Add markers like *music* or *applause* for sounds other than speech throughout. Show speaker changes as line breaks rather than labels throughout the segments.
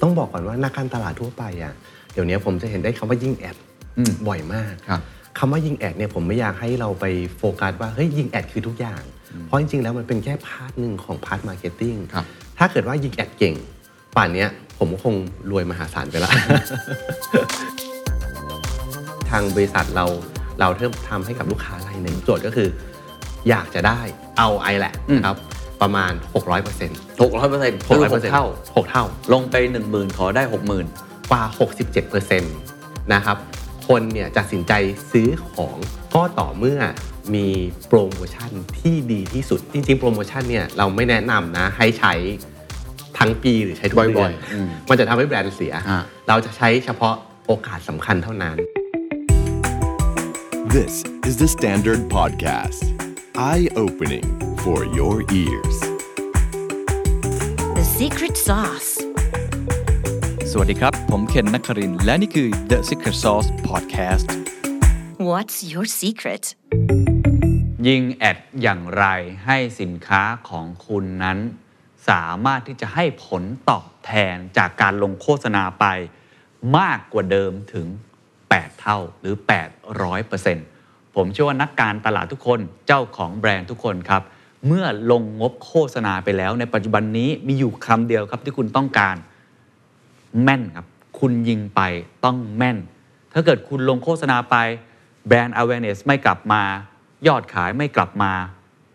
ต้องบอกก่อนว่านักการตลาดทั่วไปอ่ะเดี๋ยวนี้ผมจะเห็นได้คำว่ายิงแอด
อืม
บ่อยมาก
ครับ
คำว่ายิงแอดเนี่ยผมไม่อยากให้เราไปโฟกัสว่าเฮ้ยยิงแอดคือทุกอย่าง เพราะจริงๆแล้วมันเป็นแค่พาร์ทหนึ่งของพาร์ทมาร์เก็ตติ้ง
ครับ
ถ้าเกิดว่ายิงแอดเก่ง ป่านเนี้ยผมก็คงรวยมหาศาลไป
*laughs*
ละ ทางบริษัทเราเราเริ่มทำให้กับลูกค้ารายหนึ่งโจทย์ก็คือ อยากจะได้เอาไอแหละนะครับประมาณ 600%
หกร้อยเปอร์เซ็นต์
600%
หกเท่า
6เท่า
ลงไปหนึ่งหมื่นขอได้หกหมื่น
กว่า 67%นะครับ คนเนี่ยจะตัดสินใจซื้อของก็ต่อเมื่อมีโปรโมชั่นที่ดีที่สุด จริงๆ โปรโมชั่นเนี่ยเราไม่แนะนำนะให้ใช้ทั้งปีหรือใช้ทุกเดือน
อืม
มันจะทำให้แบรนด์เสีย
ฮะ
เราจะใช้เฉพาะโอกาสสำคัญเท่านั้น
This is the Standard Podcast. Eye opening for your ears.
The secret sauce.
สวัสดีครับ ผมเคนนักครินทร์และนี่คือ The Secret Sauce Podcast
What's your secret?
ยิงแอดอย่างไรให้สินค้าของคุณนั้น สามารถที่จะให้ผลตอบแทนจากการลงโฆษณาไป มากกว่าเดิมถึง 8 เท่าหรือ 800%ผมเชื่อว่านักการตลาดทุกคนเจ้าของแบรนด์ทุกคนครับ เมื่อลงงบโฆษณาไปแล้ว ในปัจจุบันนี้มีอยู่คำเดียวครับที่คุณต้องการ แม่นครับ คุณยิงไปต้องแม่น ถ้าเกิดคุณลงโฆษณาไปแบรนด์ awareness ไม่กลับมา ยอดขายไม่กลับมา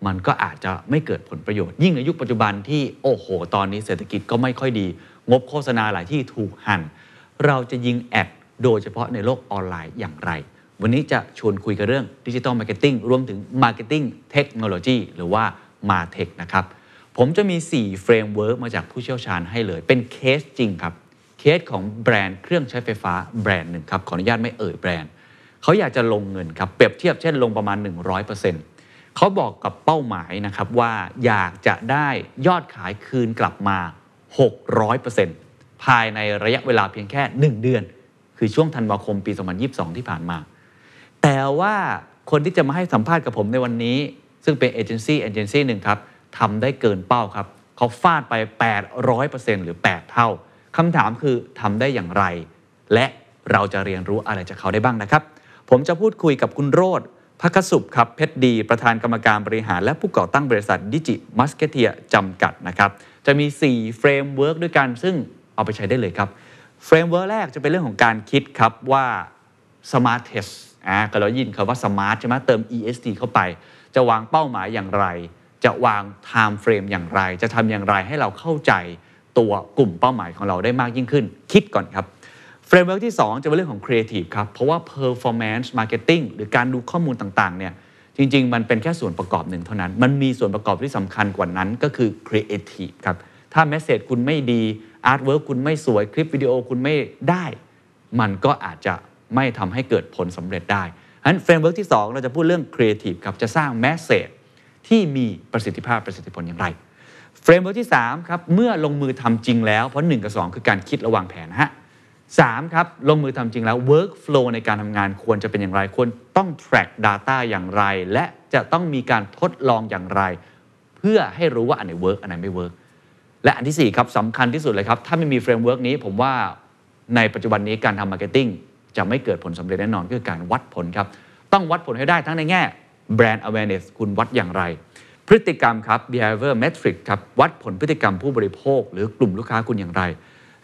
มันก็อาจจะไม่เกิดผลประโยชน์ ยิ่งในยุคปัจจุบันที่โอ้โห ตอนนี้เศรษฐกิจก็ไม่ค่อยดี งบโฆษณาหลายที่ถูกหัน่น เราจะยิงแอดโดยเฉพาะในโลกออนไลน์อย่างไร วันนี้จะชวนคุยกันเรื่องดิจิ t a ลมาร์เก็ตติ้งรวมถึงมาร์เก็ตติ้งเทคโนโลยีหรือว่ามาเทคนะครับ ผมจะมี 4 เฟรมเวิร์กมาจากผู้เชี่ยวชาญให้เลย เป็นเคสจริงครับ เคสของแบรนด์เครื่องใช้ไฟฟ้าแบรนด์หนึ่งครับ ขออนุญาตไม่เอ่ยแบรนด์ เขาอยากจะลงเงินครับ เปรียบเทียบเช่นลงประมาณ 100%เขาบอกกับเป้าหมายนะครับว่าอยากจะได้ยอดขายคืนกลับมา 600%ภายในระยะเวลาเพียงแค่ 1 เดือน คือช่วงธันวาคมปี 2022 ที่ผ่านมา แต่ว่าคนที่จะมาให้สัมภาษณ์กับผมในวันนี้ ซึ่งเป็นเอเจนซี่เอเจนซี่หนึ่งครับทำได้เกินเป้าครับ เขาฟาดไป 800%หรือ 8 เท่าคำถามคือทำได้อย่างไร และเราจะเรียนรู้อะไรจากเขาได้บ้างนะครับ ผมจะพูดคุยกับคุณโรธพักขสุขครับ เพชรดี ประธานกรรมการบริหาร และผู้ก่อตั้งบริษัทดิจิมัสเกเทียจำกัดนะครับ จะมี 4 เฟรมเวิร์กด้วยกัน ซึ่งเอาไปใช้ได้เลยครับเฟรมเวิร์กแรกจะเป็นเรื่องของการคิดครับว่า smart test อ่าก็เรายินคำว่า smart ใช่ไหมเติม est เข้าไป จะวางเป้าหมายอย่างไร จะวาง time frame อย่างไร จะทำอย่างไรให้เราเข้าใจตัวกลุ่มเป้าหมายของเราได้มากยิ่งขึ้น คิดก่อนครับ เฟรมเวิร์กที่ 2 จะเป็นเรื่องของ Creative ครับ เพราะว่า Performance Marketing หรือการดูข้อมูลต่าง ๆ เนี่ย จริง ๆ มันเป็นแค่ส่วนประกอบหนึ่งเท่านั้น มันมีส่วนประกอบที่สำคัญกว่านั้นก็คือ Creative ครับ ถ้าแมสเซจคุณไม่ดี Artwork คุณไม่สวย คลิปวิดีโอคุณไม่ได้ มันก็อาจจะไม่ทำให้เกิดผลสำเร็จได้ฉะนั้นเฟรมเวิร์กที่ 2 เราจะพูดเรื่อง Creative ครับ จะสร้างแมสเซจที่มีประสิทธิภาพประสิทธิผลอย่างไร เฟรมเวิร์กที่ 3 ครับ เมื่อลงมือทำจริงแล้ว เพราะ 1 กับ 2 คือการคิดระหว่างแผนนะฮะสามครับ ลงมือทำจริงแล้ว workflow ในการทำงานควรจะเป็นอย่างไร ควรต้อง track data อย่างไร และจะต้องมีการทดลองอย่างไร เพื่อให้รู้ว่าอันไหน work อันไหนไม่ work และอันที่ 4 ครับสำคัญที่สุดเลยครับ ถ้าไม่มีเฟรมเวิร์กนี้ ผมว่าในปัจจุบันนี้การทำมาร์เก็ตติ้งจะไม่เกิดผลสำเร็จแน่นอนก็คือการวัดผลครับ ต้องวัดผลให้ได้ทั้งในแง่แบรนด์ awareness คุณวัดอย่างไร พฤติกรรมครับ behavior metric ครับ วัดผลพฤติกรรมผู้บริโภค หรือกลุ่มลูกค้าคุณอย่างไร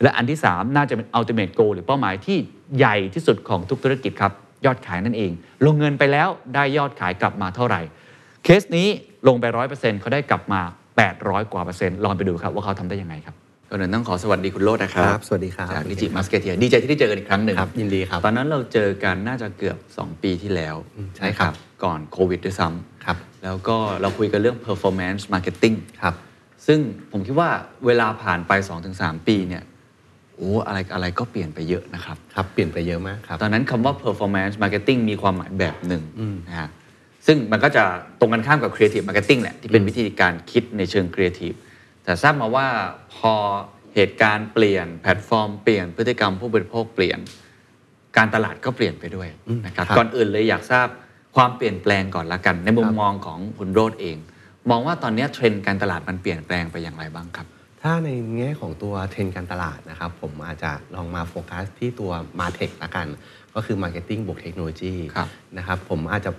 และอันที่ 3 น่าจะเป็น ultimate goal หรือเป้าหมายที่ใหญ่ที่สุดของทุกธุรกิจครับ ยอดขายนั่นเอง ลงเงินไปแล้วได้ยอดขายกลับมาเท่าไหร่ เคสนี้ลงไป 100%เขาได้กลับมา 800 กว่าเปอร์เซ็นต์ลองไปดูครับว่าเขาทำได้ยังไงครับก่อนอื่นต้องขอสวัสดีคุณโลดนะครั
ครับ บสวัสดีครับ
จากดิจิมัสเกเทียดีใจที่ได้เจอกันอีกครั้งหนึ่ง
ครับยินดีครับ
ตอนนั้นเราเจอกันน่าจะเกือบ 2 ปีที่แล้ว
อืมใช่ครับ
ก่อนโควิดด้วยซ้ำ
ครับ
แล้วก็เราคุยกันเรื่อง performance marketing
ครับ
ซึ่งผมคิดว่าเวลาผ่านไป 2-3 ปีเนี่ย โอ้อะไรอะไรก็เปลี่ยนไปเยอะนะครับ
ครับเปลี่ยนไปเยอะมากครับ
ตอนนั้นคำว่า performance marketing มีความหมายแบบหนึ่ง
อืม
นะฮะ ซึ่งมันก็จะตรงกันข้ามกับ creative marketing แหละ ที่เป็นวิธีการคิดในเชิง creative แต่ทราบมาว่าพอเหตุการณ์เปลี่ยน แพลตฟอร์มเปลี่ยน พฤติกรรมผู้บริโภคเปลี่ยน การตลาดก็เปลี่ยนไปด้วย
อืม
นะครับ
ครับ
ก่อนอื่นเลยอยากทราบความเปลี่ยนแปลงก่อนละกัน ในมุ
ค
ม
รับ
มองของคุณโรดเอง มองว่าตอนเนี้ยเทรนด์การตลาดมันเปลี่ยนแปลงไปอย่างไรบ้างครับ
ถ้าในแง่ของตัวเทรนด์การตลาดนะครับ ผมอาจจะลองมาโฟกัสที่ตัว m a r t e c h ละกัน ก็คือ Marketing บวกเทคโนโลยี
ครับ
นะครับผมอาจจะ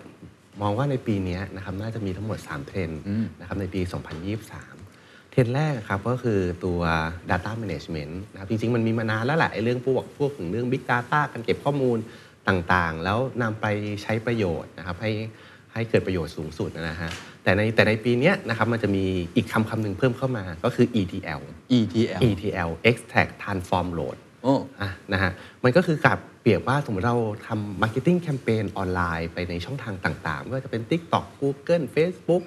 มองว่าในปีเนี้ยนะครับน่าจะมีทั้งหมด 3 เทรนด์
อืม
นะครับในปี 2023 เทรนด์แรกครับก็คือตัว Data Management นะครับจริงๆ มันมีมานานแล้วแหละไอ้เรื่องพวกพวกถึงเรื่อง Big Data การเก็บข้อมูลต่างๆ แล้วนำไปใช้ประโยชน์นะครับให้ ให้เกิดประโยชน์สูงสุดนะฮะ แต่ในแต่ในปีเนี้ยนะครับมันจะมีอีกคำคำหนึ่งเพิ่มเข้ามาก็คือ ETL
ETL
ETL Extract Transform Load
โอ้
อ่ะนะฮะมันก็คือกับเปรียบว่าสมมติเราทำ Marketing Campaign ออนไลน์ไปในช่องทางต่างๆ ไม่ว่าจะเป็น TikTok Google Facebook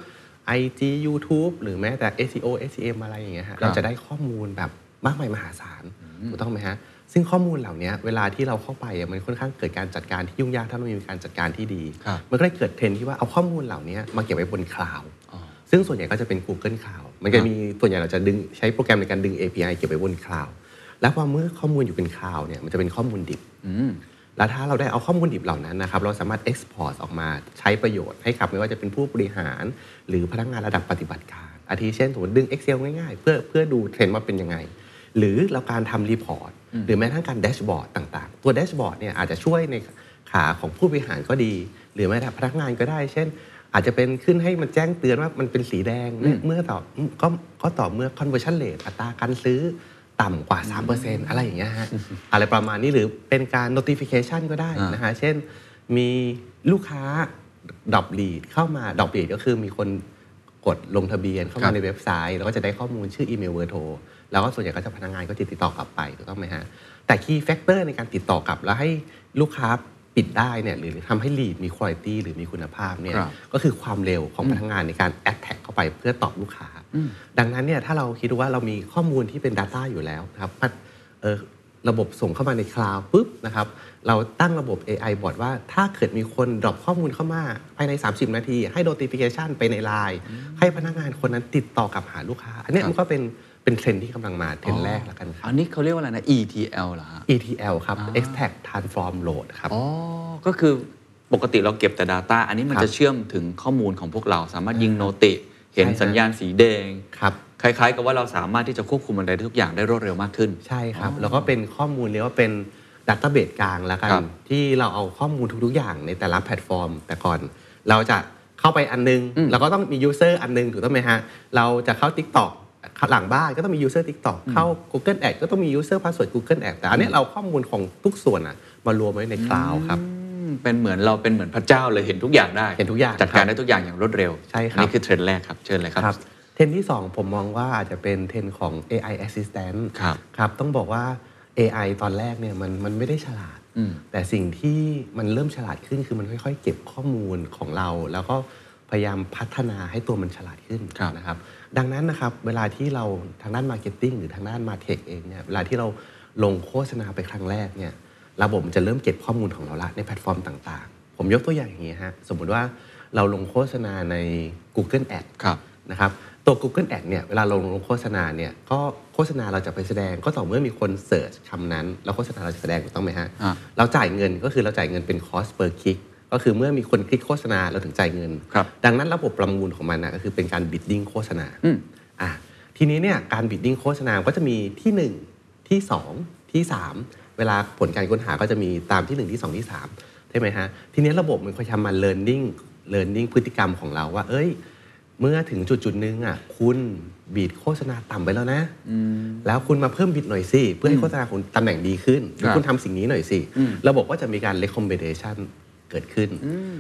IG YouTube หรือแม้แต่ SEO SEM อะไรอย่างเงี้ยฮะเราจะได้ข้อมูลแบบมากมายมหาศาลถูกต้องไหมฮะ ซึ่งข้อมูลเหล่านี้เวลาที่เราเข้าไปอ่ะมันค่อนข้างเกิดการจัดการที่ยุ่งยากถ้าไม่มีการจัดการที่ดี
ครับ
มันก็เลยเกิดเทรนด์ที่ว่าเอาข้อมูลเหล่านี้มาเก็บไว้บนคลาวด์ซึ่งส่วนใหญ่ก็จะเป็น Google Cloud มันก็มีส่วนใหญ่เราจะดึงใช้โปรแกรมในการดึง API เก็บไว้บนคลาวด์แล้วพอเมื่อข้อมูลอยู่เป็นคลาวด์เนี่ยมันจะเป็นข้อมูลดิบ
อืม
แล้วถ้าเราได้เอาข้อมูลดิบเหล่านั้นนะครับ เราสามารถ Export ออกมาใช้ประโยชน์ให้กับไม่ว่าจะเป็นผู้บริหาร หรือพนักงานระดับปฏิบัติการ อาทิเช่นสมมติดึง Excel ง่ายๆ เพื่อเพื่อดูเทรนด์ว่าเป็นยังไง หรือเราการทำรีพอร์ตหรือแม้กระทั่งการแดชบอร์ดต่างๆ ตัวแดชบอร์ดเนี่ยอาจจะช่วยในขาของผู้บริหารก็ดี หรือแม้แต่พนักงานก็ได้ เช่น อาจจะเป็นขึ้นให้มันแจ้งเตือนว่ามันเป็นสีแดงเนี่ยเมื่อต่อก็ก็ต่อเมื่อ conversion rate อัตราการซื้อ ต่ำกว่า 3%อะไรอย่างเงี้ยฮะ อะไรประมาณนี้หรือเป็นการ notification ก็ได้นะฮะ เช่น มีลูกค้าดรอปลีดเข้ามาดรอปลีดก็คือมีคนกดลงทะเบียนเข้า
ครั
มา
บ
ในเว็บไซต์ แล้วก็จะได้ข้อมูลชื่ออีเมลเบอร์โทร แล้วก็ส่วนใหญ่ก็จะพนักงานก็จะติดต่อกลับไปถูกต้องไหมฮะ แต่ key factor ในการติดต่อกลับแล้วให้ลูกค้าปิดได้เนี่ยหรือทำให้ลีดมีคุณภาพหรือมีคุณภาพเนี่ย
ครับ
ก็คือความเร็วของพนักงานในการแอดแท็กเข้าไปเพื่อตอบลูกค้า ดังนั้นเนี่ยถ้าเราคิดว่าเรามีข้อมูลที่เป็น Data อยู่แล้วนะครับพัดเอ่อระบบส่งเข้ามาในคลาวด์ปุ๊บนะครับเราตั้งระบบ AI บอทว่าถ้าเกิดมีคนดรอปข้อมูลเข้ามาภายใน 30 นาที ให้ notification ไปในไลน์ให้พนักงานคนนั้นติดต่อกลับหาลูกค้า อันเนี้ยมันก็เป็นเป็นเทรนด์ที่กำลังมาเทรนด์แรกละกันครั
อั
บ
นนี้เขาเรียกว่าอะไรนะ ETL เหรอฮะ
ETL ครับ Extract Transform Load ครับ
อ๋อ ก็คือปกติเราเก็บแต่ Data อันนี้มัน
ครับ
จะเชื่อมถึงข้อมูลของพวกเราสามารถยิงโนติ เห็น
ใช่ฮะ
สัญญาณสีแดง
ครับ
คล้ายๆ กับว่าเราสามารถที่จะควบคุมอะไรทุกอย่างได้รวดเร็วมากขึ้น
ใช่ครับ
อ๋อ
แล้วก็เป็นข้อมูลเรียกว่าเป็นดัต a b เบ e กลางแล้วกัน
ครับ
ที่เราเอาข้อมูลทุก ๆ อย่างในแต่ละแพลตฟอร์ม แต่ก่อนเราจะเข้าไปอันนึง
อืม
เราก็ต้องมียูเซอร์อันนึงถูกต้องไหมฮะ เราจะเข้า Tik t o k หลังบ้านก็ต้องมียูเซอร์ Tik t o k เข้า Google Ad ก็ต้องมียูเซอร์พาสเวิร์ด Google Ad แต่อันเนี้ยเราเอาข้อมูลของทุกส่วนอะมารวมไว้ในคลาวด์ครับ
อืมเป็นเหมือนเราเป็นเหมือนพระเจ้าเลยเห็นทุกอย่างได้
เห็นทุกอย่าง
จัด
ค
การ
รับ
ได้ทุกอย่างอย่างรวดเร็ว
ใช่ครับ
อันนี่คือเทรนด์แรกครับเชิญเลยครับ
เทรนด์ที่ 2 ผมมองว่าอาจจะเป็นเทรนด์ของ AI assistant
ครับ
ครับต้องบอกว่า AI ตอนแรกเนี่ยมันมันไม่ได้ฉลาด
อืม
แต่สิ่งที่มันเริ่มฉลาดขึ้นคือมันค่อยๆ เก็บข้อมูลของเรา แล้วก็พยายามพัฒนาให้ตัวมันฉลาดขึ้น
ครับ
นะครับ ดังนั้นนะครับเวลาที่เราทางด้านมาร์เก็ตติ้งหรือทางด้านมาเทคเองเนี่ยเวลาที่เราลงโฆษณาไปครั้งแรกเนี่ยระบบมันจะเริ่มเก็บข้อมูลของเราละในแพลตฟอร์มต่างๆ ผมยกตัวอย่างอย่างนี้ฮะสมมุติว่าเราลงโฆษณาใน Google Ad
ครับ
นะครับตัว Google Ad เนี่ยเวลาลงโฆษณาเนี่ยก็โฆษณาเราจะไปแสดงก็ต่อเมื่อมีคนเสิร์ชคำนั้น แล้วโฆษณาเราจะแสดงถูกต้องไหมฮะ
อ่า
เราจ่ายเงินก็คือเราจ่ายเงินเป็น cost per click ก็คือเมื่อมีคนคลิกโฆษณาเราถึงจ่ายเงิน
ครับ
ดังนั้นระบบประมูลของมันนะก็คือเป็นการ bidding โฆษณา
อืม
อ่ะทีนี้เนี่ยการ bidding โฆษณาก็จะมีที่ 1 ที่ 2 ที่ 3 เวลาผลการค้นหาก็จะมีตามทีหนึ่1 ที่ 2 ที่3ใช่ไหมฮะทีนี้ระบบมันค่อยทำมา learning learning พฤติกรรมของเราว่า เอ้ย เมื่อถึงจุดจุดๆนึงอ่ะคุณบีดโฆษณาต่ำไปแล้วนะ แล้วคุณมาเพิ่มบิดหน่อยสิ เพื่อให้โฆษณาคุณตำแหน่งดีขึ้นหรือ
ครับ
คุณทำสิ่งนี้หน่อยสิ ระบบก็จะมีการ recommendation เกิดขึ้น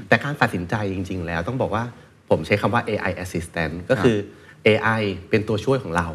แต่การตัดสินใจจริง ๆ แล้วต้องบอกว่าผมใช้คำว่า AI assistant ก็
ครับ
คือ AI เป็นตัวช่วยของเรา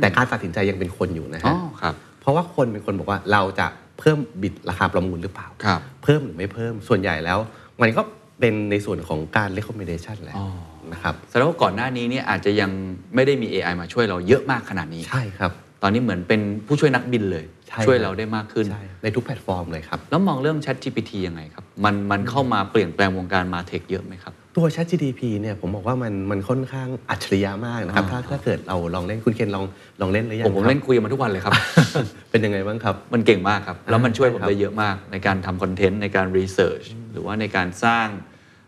แต่การตัดสินใจยังเป็นคนอยู่นะ
อ๋อ
ฮะ
ครับ
เพราะว่าคนเป็นคนบอกว่าเราจะเพิ่มบิดราคาประมูลหรือเปล่า
ครับ
เพิ่มหรือไม่เพิ่มส่วนใหญ่แล้ว มันก็เป็นในส่วนของการ recommendation แล้ว
อ๋อ
นะครับ
แสดงว่าก่อนหน้านี้เนี่ยอาจจะยังไม่ได้มี AI มาช่วยเราเยอะมากขนาดนี้
ใช่ครับ
ตอนนี้เหมือนเป็นผู้ช่วยนักบินเลย
ใช่ครับ
ช่วยเราได้มากขึ้น
ใช่ในทุกแพลตฟอร์มเลยครับ
แล้วมองเรื่อง Chat GPT ยังไงครับ มันมันเข้ามาเปลี่ยนแปลงวงการมาเทคเยอะไหมครับ
ตัว Chat GDP เนี่ยผมบอกว่ามันมันค่อนข้างอัจฉริยะมากนะครับ ถ้าถ้าเกิดเราลองเล่นคุณเคนลองลองเล่นหรือยั
ผม
ง
ผม
ครับ
เล่นคุยกับมันทุกวันเลยครับ
*laughs* เป็นยังไงบ้างครับ
มันเก่งมากครับ แล้วมันช่วยผม
ครับ
ได้เยอะมากในการทำคอนเทนต์ในการรีเสิร์ชหรือว่าในการสร้าง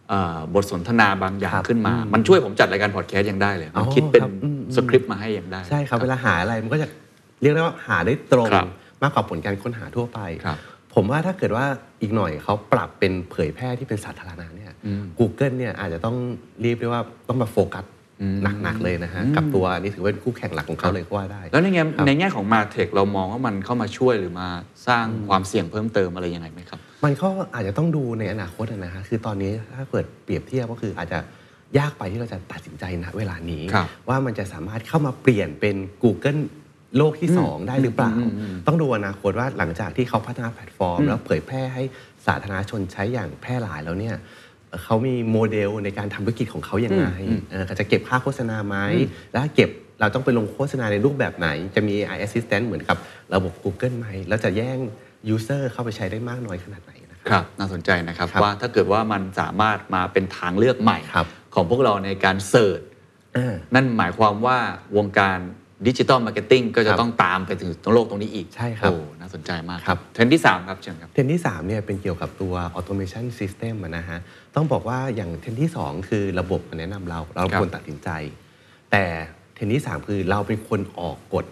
เอ่อบทสนทนาบางอย่าง
ครับ
ขึ้นมา
อืม
มันช่วยผมจัดรายการพอดแคสต์ยังได้เลยมัน
อ๋อ
คิดเป็น
ครับอืม
สคริปต์มาให้ยังได้
ใช่ครับเวลาหาอะไรมันก็จะเรียกได้ว่าหาได้ตรง
ครับ
มากกว่าผลการค้นหาทั่วไป
ครับ
ผมว่าถ้าเกิดว่าอีกหน่อยเขาปรับเป็นเผยแพร่ที่เป็นสาธารณะเนี่ย
อืม
Google เนี่ยอาจจะต้องรีบเรียกว่าต้องมาโฟกัสหนักๆเลยนะฮะกับตัวอันนี้ถือว่าเป็นคู่แข่งหลักของเขาเลยก็ว่าได้
แล้วในแง่
ครับ
ในแง่ของมาเทคเรามองว่ามันเข้ามาช่วยหรือมาสร้างความเสี่ยงเพิ่มเติมอะไรยังไงไหมครับ
มันก็อาจจะต้องดูในอนาคตอะนะฮะคือตอนนี้ถ้าเกิดเปรียบเทียบก็คืออาจจะยากไปที่เราจะตัดสินใจนะเวลานี้
ครับ
ว่ามันจะสามารถเข้ามาเปลี่ยนเป็น Google โลกที่
อืม
2 ได้หรือเปล่า
อืมอืมอืม
ต้องดูอนาคตว่าหลังจากที่เขาพัฒนาแพลตฟอร์ม
อืม
แล้วเผยแพร่ให้สาธารณชนใช้อย่างแพร่หลายแล้วเนี่ยเอ่อเขามีโมเดลในการทำธุรกิจของเขาอย่างไร
อืมอืม
เอ่อเขาจะเก็บค่าโฆษณาไหมแล้วเก็บเราต้องไปลงโฆษณาในรูปแบบไหน จะมี AI Assistant เหมือนกับระบบ Google ไหมแล้วจะแย่ง User เข้าไปใช้ได้มากน้อยขนาดไหนนะครั
ับน่าสนใจนะครับ
ครับ
ว่าถ้าเกิดว่ามันสามารถมาเป็นทางเลือกใหม่
ครับ
ของพวกเราในการเสิร์ช
อ่า
นั่นหมายความว่าวงการดิจิ t a ลมาร์เก็ตติ้งก็
ค
จะ
รับ
ต้องตามไปถึงตรงโลกตรงนี้อีก
ใช่ครับ
โอ้น่าสนใจมาก
ครับ
เทรนด์ที่ 3 ครับเชิญครับ
เทรนด์ที่3เนี่ยเป็นเกี่ยวกับตัว automation system อะนะฮะ ต้องบอกว่าอย่างเทรนด์ที่ 2 คือระบบมันแนะนำเรา เรา
ครับ
ควรตัดสินใจ แต่เทรนด์ที่ 3 คือเราเป็นคนออกกฎ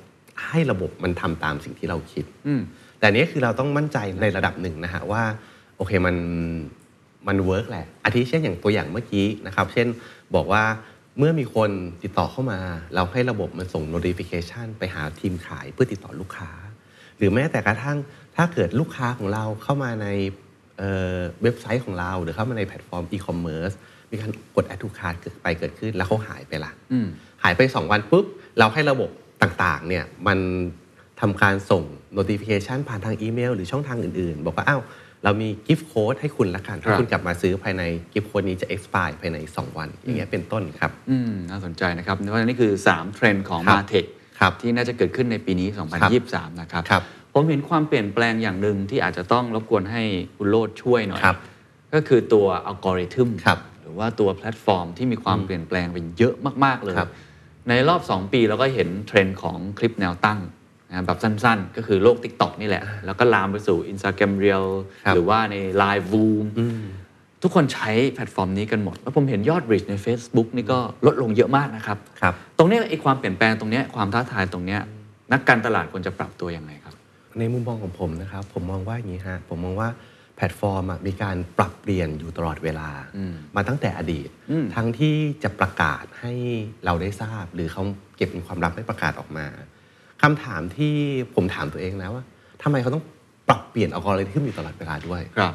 ให้ระบบมันทำตามสิ่งที่เราคิด
อืม
แต่อันนี้คือเราต้องมั่นใจในระดับหนึ่งนะฮะว่า โอเคมันมันเวิร์กแหละ อาทิเช่นอย่างตัวอย่างเมื่อกี้นะครับ เช่นบอกว่าเมื่อมีคนติดต่อเข้ามา เราให้ระบบมันส่ง notification ไปหาทีมขายเพื่อติดต่อลูกค้า หรือแม้แต่กระทั่งถ้าเกิดลูกค้าของเราเข้ามาในเอ่อเว็บไซต์ของเรา หรือเข้ามาในแพลตฟอร์ม e-commerce มีการกด add to cart เกิดไปเกิดขึ้นแล้วเขาหายไปละ
อืม
หายไป 2 วันปุ๊บ เราให้ระบบต่างๆเนี่ยมันทำการส่ง notification ผ่านทางอีเมล หรือช่องทางอื่นๆ บอกว่า อ้าว เรามี gift code ให้คุณละกัน
ครั
ถ้า
บ
คุณกลับมาซื้อภายใน gift code นี้จะ expire ภายใน 2 วัน อย่างเงี้ยเป็นต้นครับ
อืมน่าสนใจนะครับเพราะฉะนั้นนี่คือ 3 เทรนด์ของ
ครับ
มาเทค
ครับ
ที่น่าจะเกิดขึ้นในปีนี้ 2023 นะครับ
ครับ
ผมเห็นความเปลี่ยนแปลงอย่างหนึ่งที่อาจจะต้องรบกวนให้คุณโลดช่วยหน่อย
ครับ
ก็คือตัวอัลกอริทึม
ครับ
หรือว่าตัวแพลตฟอร์มที่มีความเปลี่ยนแปลงไปเยอะมากๆเลย
ครับ
ในรอบ 2 ปีเราก็เห็นเทรนด์ของคลิปแนวตั้งนะครับแบบสั้นๆ ก็คือโลก t ิ k t o k นี่แหละ แล้วก็ลามไปสู่ Instagram Reel
ครับ
หรือว่าใน Line Boom ทุกคนใช้แพลตฟอร์มนี้กันหมด แล้วผมเห็นยอดบริดใน Facebook นี่ก็ลดลงเยอะมากนะครับ
ครับ
ตรงเนี้ยไอ้ความเปลี่ยนแปลงตรงเนี้ยความท้าทายตรงเนี้ยนักการตลาดควรจะปรับตัวยังไงครับ
ในมุมมองของผมนะครับ ผมมองว่าอย่างนี้ฮะผมมองว่าแพลตฟอร์มอะมีการปรับเปลี่ยนอยู่ตลอดเวลา
อืม
มาตั้งแต่อดีต
อืม
ทั้งที่จะประกาศให้เราได้ทราบ หรือเขาเก็บเป็นความลับไม่ประกาศออกมาคำถามที่ผมถามตัวเองนะว่าทำไมเขาต้องปรับเปลี่ยนอัลกอริทึมอยู่ตลอดเวลาด้วย
ครับ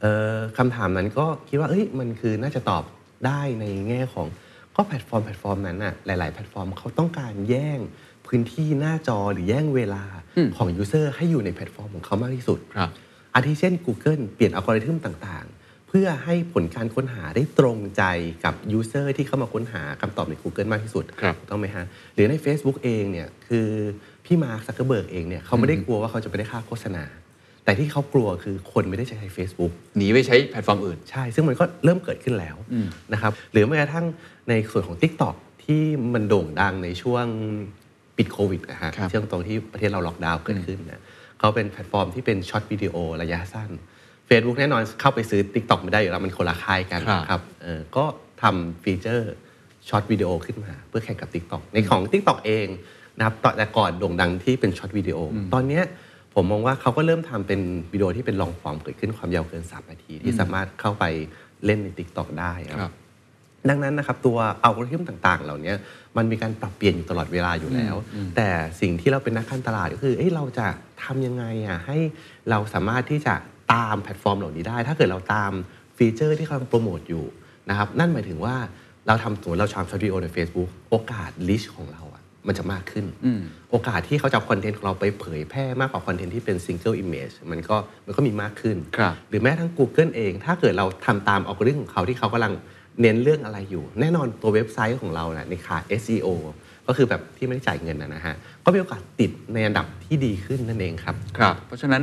เอ่อคำถามนั้นก็คิดว่าเอ้ยมันคือน่าจะตอบได้ในแง่ของก็แพลตฟอร์มแพลตฟอร์มนั้นน่ะหลาย ๆ แพลตฟอร์มเขาต้องการแย่งพื้นที่หน้าจอหรือแย่งเวลา
อืม
ของยูเซอร์ให้อยู่ในแพลตฟอร์มของเขามากที่สุด
ครับ
อาทิเช่น Google เปลี่ยนอัลกอริทึมต่างๆ เพื่อให้ผลการค้นหาได้ตรงใจกับยูเซอร์ที่เข้ามาค้นหาคำตอบใน Google มากที่สุด
ครับ
ถูกต้องไหมฮะ หรือใน Facebook เองเนี่ยคือพี่มาร์คซักเกอร์เบิร์กเองเนี่ยเขาไม่ได้กลัวว่าเขาจะไม่ได้ค่าโฆษณา แต่ที่เขากลัวคือคนไม่ได้ใช้ Facebook
หนีไปใช้แพลตฟอร์มอื่น
ใช่ ซึ่งมันก็เริ่มเกิดขึ้นแล้ว
อืม
นะครับ หรือแม้กระทั่งในส่วนของ Tik t o อกที่มันโด่งดังในช่วงปิดโควิดนะฮะ
ครับ
ช่วงตรงที่ประเทศเราล็อกดาวน์เกิดขึ้นนะเขาเป็นแพลตฟอร์มที่เป็นช็อตวิดีโอระยะสั้น Facebook แน่นอนเข้าไปซื้อ Tik t o อกไม่ได้อยู่แล้ว มันคนละค่ายกันนะครับเออก็ทำฟีเจอร์ช็อตวิดีโอขึ้นมา เพื่อแข่งกับ Tik t o อกในของ Tik t o อกเองนะครับตอนแต่ก่อนโด่งดังที่เป็นช็อตวิดีโออตอนเนี้ยผมมองว่าเขาก็เริ่มทำเป็นวิดีโอที่เป็นลองฟอร์มเกิดขึ้นความยาวเกิน 3 นาที ที่สามารถเข้าไปเล่นใน Tik t o อกได้ครับ
ครับ
ดังนั้นนะครับตัวอัลกอริทึมต่างๆ เหล่านี้มันมีการปรับเปลี่ยนอยู่ตลอดเวลาอยู่แล้ว แต่สิ่งที่เราเป็นนักการตลาดก็คือเอ้ยเราจะทำยังไงอ่ะให้เราสามารถที่จะตามแพลตฟอร์มเหล่านี้ได้ ถ้าเกิดเราตามฟีเจอร์ที่เขาโปรโมทอยู่นะครับนั่นหมายถึงว่าเราทำสมมติเราชามช็อตวิดีโอใน Facebook โอกาสลิชของเราอ่ะมันจะมากขึ้น
อืม
โอกาสที่เขาจะเอาคอนเทนต์ของเราไปเผยแพร่มากกว่าคอนเทนต์ที่เป็นซิงเกิลอิมเมจมันก็มันก็มีมากขึ้น
ครับ
หรือแม้ทั้ง Google เอง ถ้าเกิดเราทำตามอัลกอริทึมของเขาที่เขากำลังเน้นเรื่องอะไรอยู่ แน่นอนตัวเว็บไซต์ของเรานะในขาด SEO ก็คือแบบที่ไม่ได้จ่ายเงินนะนะฮะ ก็มีโอกาสติดในอันดับที่ดีขึ้นนั่นเองครับ
ครับ เพราะฉะนั้น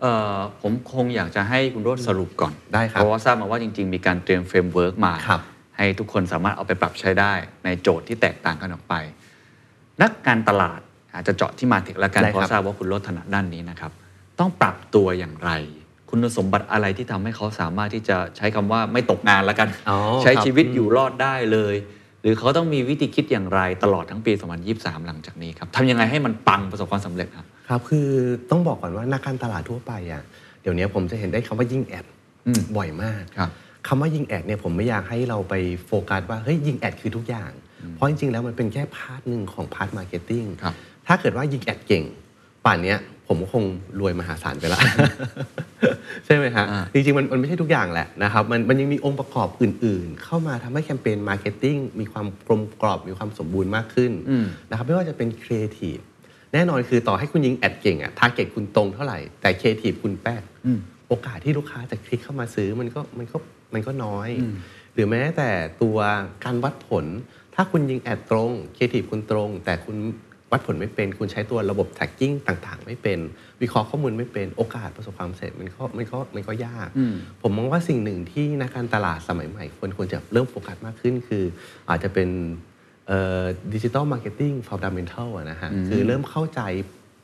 เอ่อผมคงอยากจะให้คุณโรสสรุปก่อน
ได้ครับ
เพราะว่าทราบมาว่าจริง ๆ มีการเตรียมเฟรมเวิร์กมา
ครับ
ให้ทุกคนสามารถเอาไปปรับใช้ได้ ในโจทย์ที่แตกต่างกันออกไป นักการตลาดอาจจะเจาะที่มาเทคละกัน
ได้ครับ
เพราะทราบว่าคุณโรสถนัดด้านนี้นะครับ ต้องปรับตัวอย่างไร คุณสมบัติอะไรที่ทำให้เขาสามารถที่จะใช้คำว่าไม่ตกงานแล้วกัน
อ๋อ
ใช้
ครับ
ชีวิต
อืม
อยู่รอดได้เลย หรือเขาต้องมีวิธีคิดอย่างไรตลอดทั้งปี 2023 หลังจากนี้ครับทำยังไงให้มันปังประสบความสำเร็จครับ
ครับคือต้องบอกก่อนว่านักการตลาดทั่วไปอ่ะเดี๋ยวนี้ผมจะเห็นได้คำว่ายิงแอด
อืม
บ่อยมาก
ครับ
คำว่ายิงแอดเนี่ยผมไม่อยากให้เราไปโฟกัสว่าเฮ้ยยิงแอดคือทุกอย่าง เพราะจริงๆแล้วมันเป็นแค่พาร์ทหนึ่งของพาร์ทมาร์เก็ตติ้ง
ครับ
ถ้าเกิดว่ายิงแอดเก่ง ป่านเนี้ยผมก็คงรวยมหาศาลไปละ *laughs* ใช่ไหมฮะ
อ่า
จริงๆมันมันไม่ใช่ทุกอย่างแหละนะครับมันมันยังมีองค์ประกอบอื่น ๆ เข้ามาทำให้แคมเปญมาร์เก็ตติ้งมีความกลมกรอบมีความสมบูรณ์มากขึ้น
อืม
นะครับไม่ว่าจะเป็นครีเอทีฟแน่นอนคือต่อให้คุณยิงแอดเก่งอะทาร์เก็ตคุณตรงเท่าไหร่ แต่ครีเอทีฟคุณแป๊ก
อืม
โอกาสที่ลูกค้าจะคลิกเข้ามาซื้อมันก็มันก็มันก็น้อย
อืม
หรือแม้แต่ตัวการวัดผล ถ้าคุณยิงแอดตรงครีเอทีฟคุณตรง แต่คุณวัดผลไม่เป็น คุณใช้ตัวระบบ tracking ต่างๆ ไม่เป็น วิเคราะห์ข้อมูลไม่เป็นโอกาสประสบความสำเร็จมันก็มันก็มันก็ยาก
อืม
ผมมองว่าสิ่งหนึ่งที่นักการตลาดสมัยใหม่ควรควรจะเริ่มโฟกัสมากขึ้นคืออาจจะเป็นดิจิ t a ลมาร์เก็ตติ้งฟ u วดัมเบนทัลนะฮะ
อืม
คือเริ่มเข้าใจ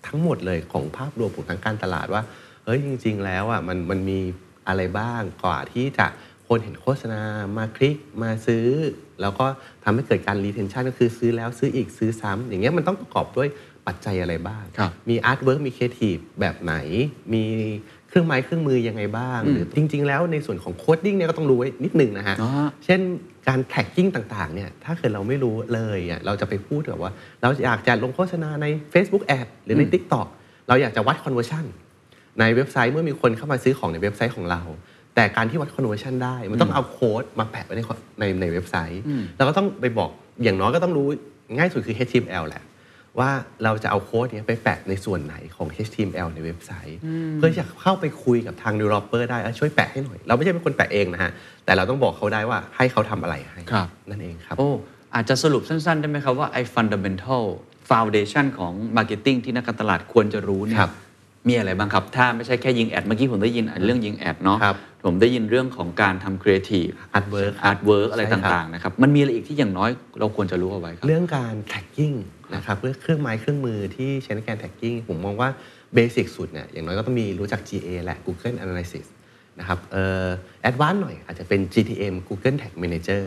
ทั้งหมดเลยของภาพรวมของทางการตลาดว่า เฮ้ย จริง ๆ แล้วอ่ะมันมันมีอะไรบ้างกว่าที่จะคนเห็นโฆษณามาคลิกมาซื้อ แล้วก็ทำให้เกิดการรีเทนชันก็คือซื้อแล้วซื้ออีกซื้อซ้ำอย่างเงี้ยมันต้องประกอบด้วยปัจจัยอะไรบ้าง
ครับ
มีอาร์ตเวิร์กมีครีเอทีฟแบบไหน มีเครื่องไม้เครื่องมือยังไงบ้าง หรือจริง ๆ แล้วในส่วนของโคดดิ้งเนี่ยก็ต้องรู้ไว้นิดหนึงนะฮะ
อ๋อ
เช่นการแท็กกิ้งต่าง ๆ เนี่ย ถ้าเกิดเราไม่รู้เลยอ่ะเราจะไปพูดแบบว่า เราอยากจะลงโฆษณาใน Facebook Ad หรือใน
อืม
Tik t o k เราอยากจะวัด conversion ในเว็บไซต์เมื่อมีคนเข้ามาซื้อของในเว็บไซต์ของเรา แต่การที่วัด conversion ได้ มันต้องเอาโค้ดมาแปะไว้ในในในเว็บไซต์
อืม
เราก็ต้องไปบอกอย่างน้อยก็ต้องรู้ง่ายสุดคือ HTML แหละ ว่าเราจะเอาโค้ดเนี้ยไปแปะในส่วนไหนของ HTML ในเว็บไซต์ เพื่อจะเข้าไปคุยกับทาง developer ได้อ่ะช่วยแปะให้หน่อย เราไม่ใช่เป็นคนแปะเองนะฮะ แต่เราต้องบอกเขาได้ว่าให้เขาทำอะไรให้
ครับ
นั่นเองครับ
โอ้อาจจะสรุปสั้น ๆ ได้ไหมครับว่าไอ้ fundamental foundation ของ marketing ที่นักการตลาดควรจะรู้เนี่
ค
ย
รับ
มีอะไรบ้างครับ ถ้าไม่ใช่แค่ยิงแอด เมื่อกี้ผมได้ยินเรื่องยิงแอดเนาะ
ครับ
ผมได้ยินเรื่องของการทำ creative
artwork
อาร์ตเวิร์กอะไร
ใช่คบ
ต่าง ๆ นะครับ มันมีอะไรอีกที่อย่างน้อยเราควรจะรู้เอาไว้ครับ
เรื่องการ tracking นะครับเรื่องเครื่องไม้เครื่องมือที่ใช้ในการ tracking ผมมองว่าเบสิกสุดเนี่ยอย่างน้อยก็ต้องมีรู้จัก GA แหละ Google Analysis นะครับเอ่อ advanced หน่อยอาจจะเป็น GTM Google Tag Manager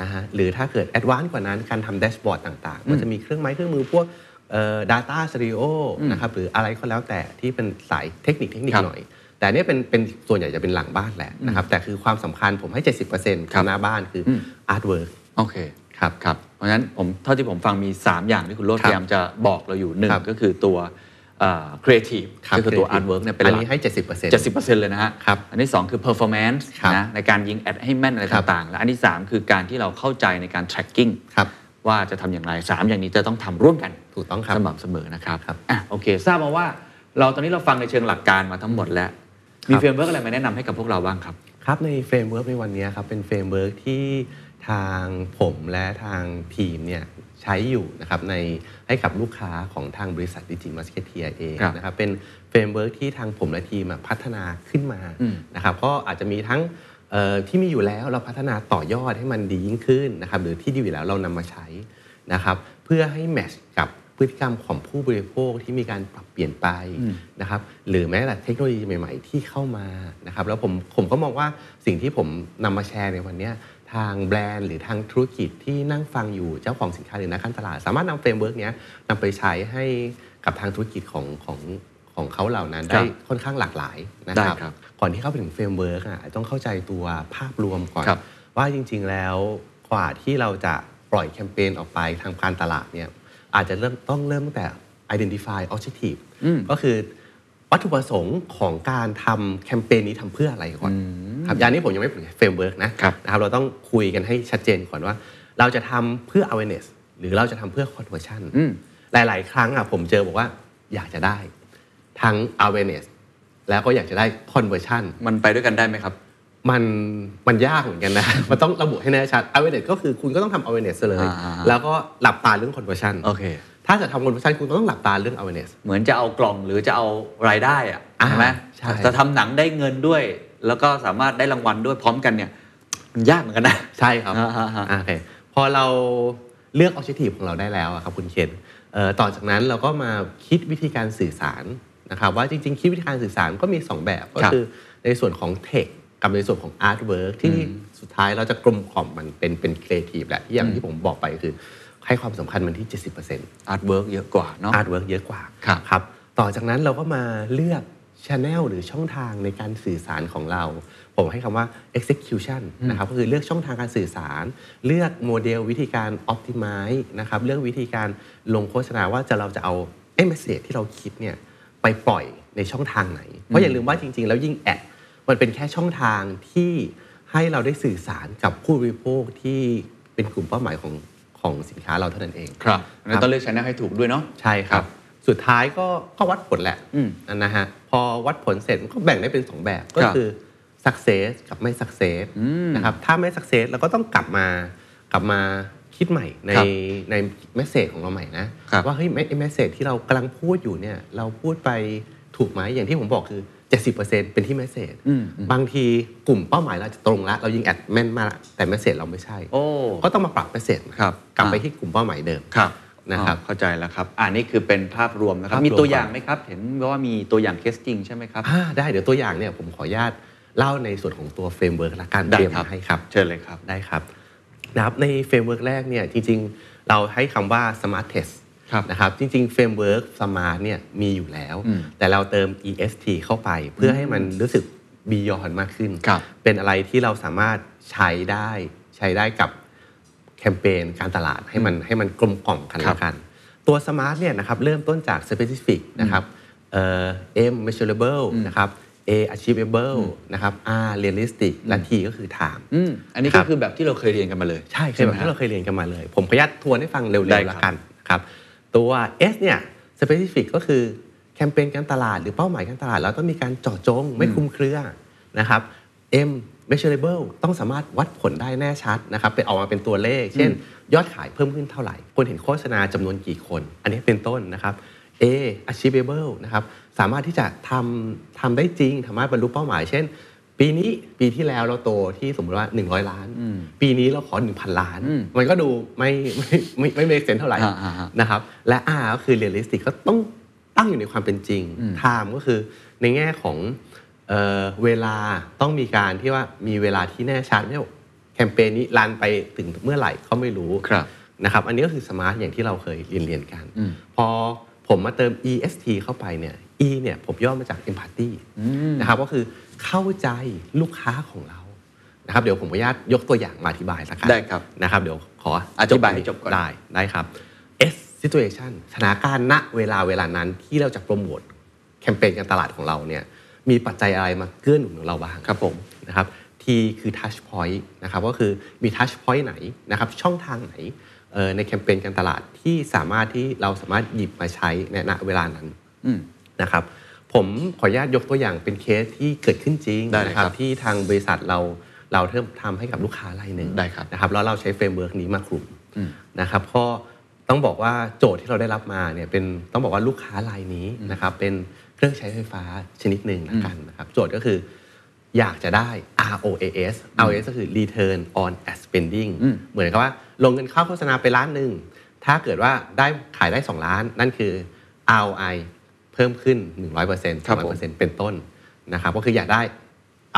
นะฮะหรือถ้าเกิด advanced กว่านั้นการทำ dashboard ต่างๆ มันจะมีเครื่องไม้เครื่องมือพวกเอ่อ data stereo นะครับหรืออะไรก็แล้วแต่ที่เป็นสายเทคนิคเทคนิค
ครับ
หน่อย แต่อันเนี่ยเป็นเป็นส่วนใหญ่จะเป็นหลังบ้านแหละนะครับแต่คือความสำคัญผมให้ 70%
ครับ
หน้าบ้านคืออ
ม
artwork
โอเค
ครับ
ครับ เพราะฉะนั้นผมเท่าที่ผมฟังมี 3 อย่างที่คุณโรด
ค
พ
รับ
ยายามจะบอกเราอยู่หนึ่ง
ครับ
ก็คือตัวเอ่อ creative
รับ
ก็คือตัว
ค
artwork เนี่ยเป็นห
อัน
ลัก
นี้ให้ 70%
70%เลยนะฮะ
ครับ
อันที่ 2 คือ performance
ครับ
นะในการยิงแอดให้แม่นอะไร
ครับ
ต่างๆ และอันที่ 3 คือการที่เราเข้าใจในการ tracking
ครับ
ว่าจะทำอย่างไร 3 อย่างนี้จะต้องทำร่วมกัน
ถูกต้องครับ
สม่ำเสมอนะครับ
ครับ
อ่ะโอเคทราบมาว่าเราตอนนี้เราฟังในเชิงหลักการมาทั้งหมดแล้ว มี
ครับ
เฟรมเวิร์กอะไรมาแนะนำให้กับพวกเราบ้างครับ
ครับในเฟรมเวิร์กในวันนี้ครับเป็นเฟรมเวิร์กที่ทางผมและทางทีมเนี่ยใช้อยู่นะครับในให้กับลูกค้าของทางบริษัทดิจิมาร์เก็ตเทียเอง
ครับ
นะครับเป็นเฟรมเวิร์กที่ทางผมและทีมอะพัฒนาขึ้นมา
อืม
นะครับก็อาจจะมีทั้งเอ่อที่มีอยู่แล้วเราพัฒนาต่อยอดให้มันดียิ่งขึ้นนะครับหรือที่ดีอยู่แล้วเรานำมาใช้นะครับเพื่อให้แมทช์กับพฤติกรรมของผู้บริโภคที่มีการปรับเปลี่ยนไป นะครับหรือแม้แต่เทคโนโลยีใหม่ ๆ ที่เข้ามานะครับแล้วผมผมก็มองว่าสิ่งที่ผมนำมาแชร์ในวันเนี้ยทางแบรนด์หรือทางธุรกิจที่นั่งฟังอยู่เจ้าของสินค้าหรือนักการตลาด สามารถนำเฟรมเวิร์กเนี้ยนำไปใช้ให้กับทางธุรกิจของของของเขาเหล่านั้น
ครับ
ได้ค่อนข้างหลากหลายนะครับ
ได้ครับ
ก่อนที่เข้าไปถึงเฟรมเวิร์กอ่ะต้องเข้าใจตัวภาพรวมก่อน
ครับ
ว่าจริงๆแล้วกว่าที่เราจะปล่อยแคมเปญออกไปทางการตลาดเนี่ยอาจจะเริ่มต้องเริ่มตั้งแต่ identify objective
อืม
ก็คือวัตถุประสงค์ของการทำแคมเปญนี้ทำเพื่ออะไรก่อนครับอย่างนี้ผมยังไม่พูดเฟรมเวิร์กนะครับ นะครับ เราต้องคุยกันให้ชัดเจนก่อนว่า เราจะทำเพื่อ awareness หรือเราจะทำเพื่อ conversion
อืม
หลาย ๆ ครั้งอ่ะผมเจอบอกว่าอยากจะได้ ทั้ง awareness แล้วก็อยากจะได้ conversion
มันไปด้วยกันได้ไหมครับ
มันมันยากเหมือนกันนะ *laughs* มันต้องระบุให้แน่ชัด awareness ก็คือคุณก็ต้องทำ awareness เลย
อ่า
แล้วก็หลับตาเรื่อง conversion
โอเค
ถ้าจะทำ conversion คุณก็ต้องหลับตาเรื่อง awareness
เหมือนจะเอากล่องหรือจะเอารายได้อะ
อ่า
ใช่ไหม
ใช่
จะทำหนังได้เงินด้วย แล้วก็สามารถได้รางวัลด้วยพร้อมกันเนี่ยมันยากเหมือนกันนะ
ใช่ครับ
อ่าฮะฮะ
อ่าโอเคพอเราเลือก objective ของเราได้แล้วอะครับคุณเคนเอ่อต่อจากนั้นเราก็มาคิดวิธีการสื่อสาร นะครับว่าจริงๆคิดวิธีการสื่อสารก็มี 2 แบบก็
ครับ
คือในส่วนของเทคกับในส่วนของอาร์ตเวิร์กที่สุดท้ายเราจะกลมกล่อมมันเป็นเป็นครีเอทีฟแหละอย่างที่ผมบอกไปคือให้ความสำคัญมันที่ 70%
อาร์ตเวิร์กเยอะกว่าเนาะ
อาร์ตเวิร์กเยอะกว่า
ครับ
ครับ ต่อจากนั้นเราก็มาเลือก Channel หรือช่องทางในการสื่อสารของเรา ผมให้คำว่า execution นะครับก็คือเลือกช่องทางการสื่อสาร เลือกโมเดลวิธีการ optimize นะครับเลือกวิธีการลงโฆษณาว่าจะเราจะเอาไอ้ message ที่เราคิดเนี่ยไปปล่อยในช่องทางไหน เพราะอย่าลืมว่าจริง ๆ แล้วยิ่งแอดมันเป็นแค่ช่องทางที่ให้เราได้สื่อสารกับผู้บริโภคที่เป็นกลุ่มเป้าหมายของของสินค้าเราเท่านั้นเอง
ครับงั้นต้องเลือกชแนลให้ถูกด้วยเนาะ
ใช่ครับ สุดท้ายก็ก็วัดผลแหละ
อืม
นะฮะพอวัดผลเสร็จมันก็แบ่งได้เป็น 2 แบบก็
ครับ
คือ success กับไม่ success นะครับถ้าไม่ success เราก็ต้องกลับมากลับมาคิดใหม่ใน
ครับ
ในเมสเซจของเราใหม่นะ
ครับ
ว่าเฮ้ยเมสเซจที่เรากำลังพูดอยู่เนี่ยเราพูดไปถูกไหมอย่างที่ผมบอกคือ 70%เป็นที่เมสเซจ
อืม
บางทีกลุ่มเป้าหมายเราจะตรงละเรายิงแอดแม่นมากละแต่เมสเซจเราไม่ใช่
โอ้
ก็ต้องมาปรับเมสเซจ
ครับ
กลับไป
อ่า
ที่กลุ่มเป้าหมายเดิม
ครับ
นะครับ
อ๋อเข้าใจแล้วครับ อ่านี่คือเป็นภาพรวมนะครับ
ภาพรวม
มีตัวอย่างไหมครับ เห็นว่ามีตัวอย่างเคสจริงใช่ไหมครับ
อ่าได้เดี๋ยวตัวอย่างเนี่ยผมขออนุญาตเล่าในส่วนของตัวเฟรมเวิร์กละกัน
ได้
เตรียม
ครับ
มาให้ครับ
เชิญเลยครับ
ได้ครับนะครับในเฟรมเวิร์กแรกเนี่ยจริงๆ เราให้คำว่า smart test
ครับ
นะครับจริงๆเฟรมเวิร์ก smart เนี่ยมีอยู่แล้ว
อืม
แต่เราเติม est เข้าไปเพื่อให้มันรู้สึก beyond มากขึ้น
ครับ
เป็นอะไรที่เราสามารถใช้ได้ใช้ได้กับแคมเปญการตลาดให้มันให้มันกลมกล่อมกัน
ครั
แล้
บ
วกัน ตัว smart เนี่ยนะครับเริ่มต้นจาก specific นะครับเอ่อ m measurable นะครับ a achievable นะครับ r realistic และ t ก็คือ time
อืมอันนี้
ค
ก็
รับ
คือแบบที่เราเคยเรียนกันมาเลย
ใช่คือแบบ
ไหม
ที่
ฮะ
เราเคยเรียนกันมาเลย ผมขออนุญาตทวนให้ฟังเร็ว
ได้
ๆ
ครับ
ละกันนะครับตัว S เนี่ย specific ก็คือแคมเปญการตลาดหรือเป้าหมายการตลาด เราต้องมีการเจาะจงไม่คลุมเครือนะครับ M measurable ต้องสามารถวัดผลได้แน่ชัดนะครับเป็นออกมาเป็นตัวเลข เช่น ยอดขายเพิ่มขึ้นเท่าไหร่ คนเห็นโฆษณาจำนวนกี่คน อันนี้เป็นต้นนะครับ A achievable นะครับสามารถที่จะทำทำได้จริงสามารถบรรลุเป้าหมาย เช่น ปีนี้ปีที่แล้วเราโตที่สมมติว่า 100 ล้าน ปีนี้เราขอ 1,000 ล้าน
อืม
มันก็ดูไม่ไม่ไม่ไม่เมกเซนเท่าไหร่
อ่าอ่าอ่า
นะครับและ R ก็คือ realistic ก็ต้องตั้งอยู่ในความเป็นจริง time ก็คือในแง่ของเอ่อเวลาต้องมีการที่ว่ามีเวลาที่แน่ชัดไม่ใช่ว่าแคมเปญนี้รันไปถึงเมื่อไหร่ก็ไม่รู้
ครับ
นะครับอันนี้ก็คือสมาร์ทอย่างที่เราเคยเรียนเรียนๆกัน
อืม
พอผมมาเติม EST เข้าไปเนี่ย E เนี่ยผมย่อมาจาก Empathy นะครับก็คือเข้าใจลูกค้าของเรานะครับเดี๋ยวผมขออนุญาตยกตัวอย่างมาอธิบายละกัน
ได้ครับ
นะครับเดี๋ยวขอ
อธิบายให้จบก่อน
ได้ได้ครับ S situation สถานการณ์ณเวลาเวลานั้นที่เราจะโปรโมทแคมเปญการตลาดของเราเนี่ยมีปัจจัยอะไรมาเกื้อหนุนเราบ้าง
ครับผม
นะครับ T คือ touch point นะครับก็คือมี touch point ไหนนะครับช่องทางไหนเอ่อในแคมเปญการตลาดที่สามารถที่เราสามารถหยิบมาใช้ในณเวลานั้น
อืม
นะครับผมขออนุญาตยกตัวอย่างเป็นเคสที่เกิดขึ้นจริง
ได้เลย
นะครับ ที่ทางบริษัทเราเราเริ่มทำให้กับลูกค้ารายหนึ่ง
ได้ครับ
นะครับแล้วเราใช้เฟรมเวิร์กนี้มาคลุมนะครับก็ต้องบอกว่าโจทย์ที่เราได้รับมาเนี่ยเป็นต้องบอกว่าลูกค้ารายนี้นะครับเป็นเครื่องใช้ไฟฟ้าชนิดหนึ่งละกันนะครับโจทย์ก็คือ อยากจะได้ ROAS ROAS ก็คือ Return on Ad Spending
อืม
เหมือนกับว่าลงเงินเข้าโฆษณาไปล้านหนึ่ง ถ้าเกิดว่าได้ขายได้ 2 ล้าน นั่นคือ ROI เพิ่มขึ้น 100%
ครับผม
200%เป็นต้นนะครับก็คืออยากได้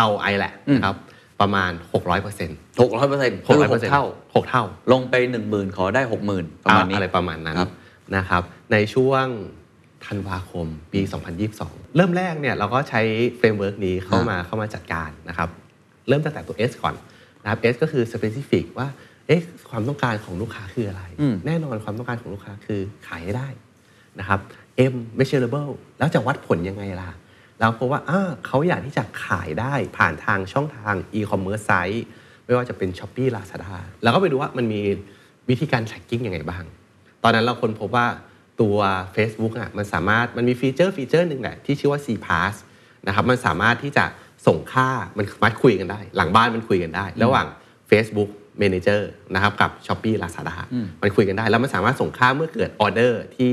ROI แหละ
อืม
นะครับประมาณ 600%
หกร้อยเปอร์เซ็นต์หกร้อยเปอร์เซ็นต์เท่า
หกเท่า
ลงไปหนึ่งหมื่นขอได้หกหมื่นประมาณนี้
อะไรประมาณนั้น
ครับ
นะครับในช่วงธันวาคมปี 2022 เริ่มแรกเนี่ยเราก็ใช้เฟรมเวิร์กนี้เข้ามาเข้ามาจัดการนะครับเริ่มตั้งแต่ตัว S ก่อนนะครับ S ก็คือ specific ว่าเอ๊ะความต้องการของลูกค้าคืออะไร
อืม
แน่นอนความต้องการของลูกค้าคือขายให้ได้นะครับ M measurable แล้วจะวัดผลยังไงล่ะ เราพบว่าอ่าเขาอยากที่จะขายได้ผ่านทางช่องทาง e-commerce site ไม่ว่าจะเป็น Shopee Lazada แล้วก็ไปดูว่ามันมีวิธีการ tracking ยังไงบ้าง ตอนนั้นเราคนพบว่าตัว Facebook อ่ะมันสามารถมันมีฟีเจอร์ฟีเจอร์หนึ่งแหละที่ชื่อว่า C Pass นะครับมันสามารถที่จะส่งค่ามันสามารถคุยกันได้ หลังบ้านมันคุยกันได้ ระหว่าง Facebook Manager นะครับกับ Shopee Lazada มันคุยกันได้ แล้วมันสามารถส่งค่าเมื่อเกิดออเดอร์ที่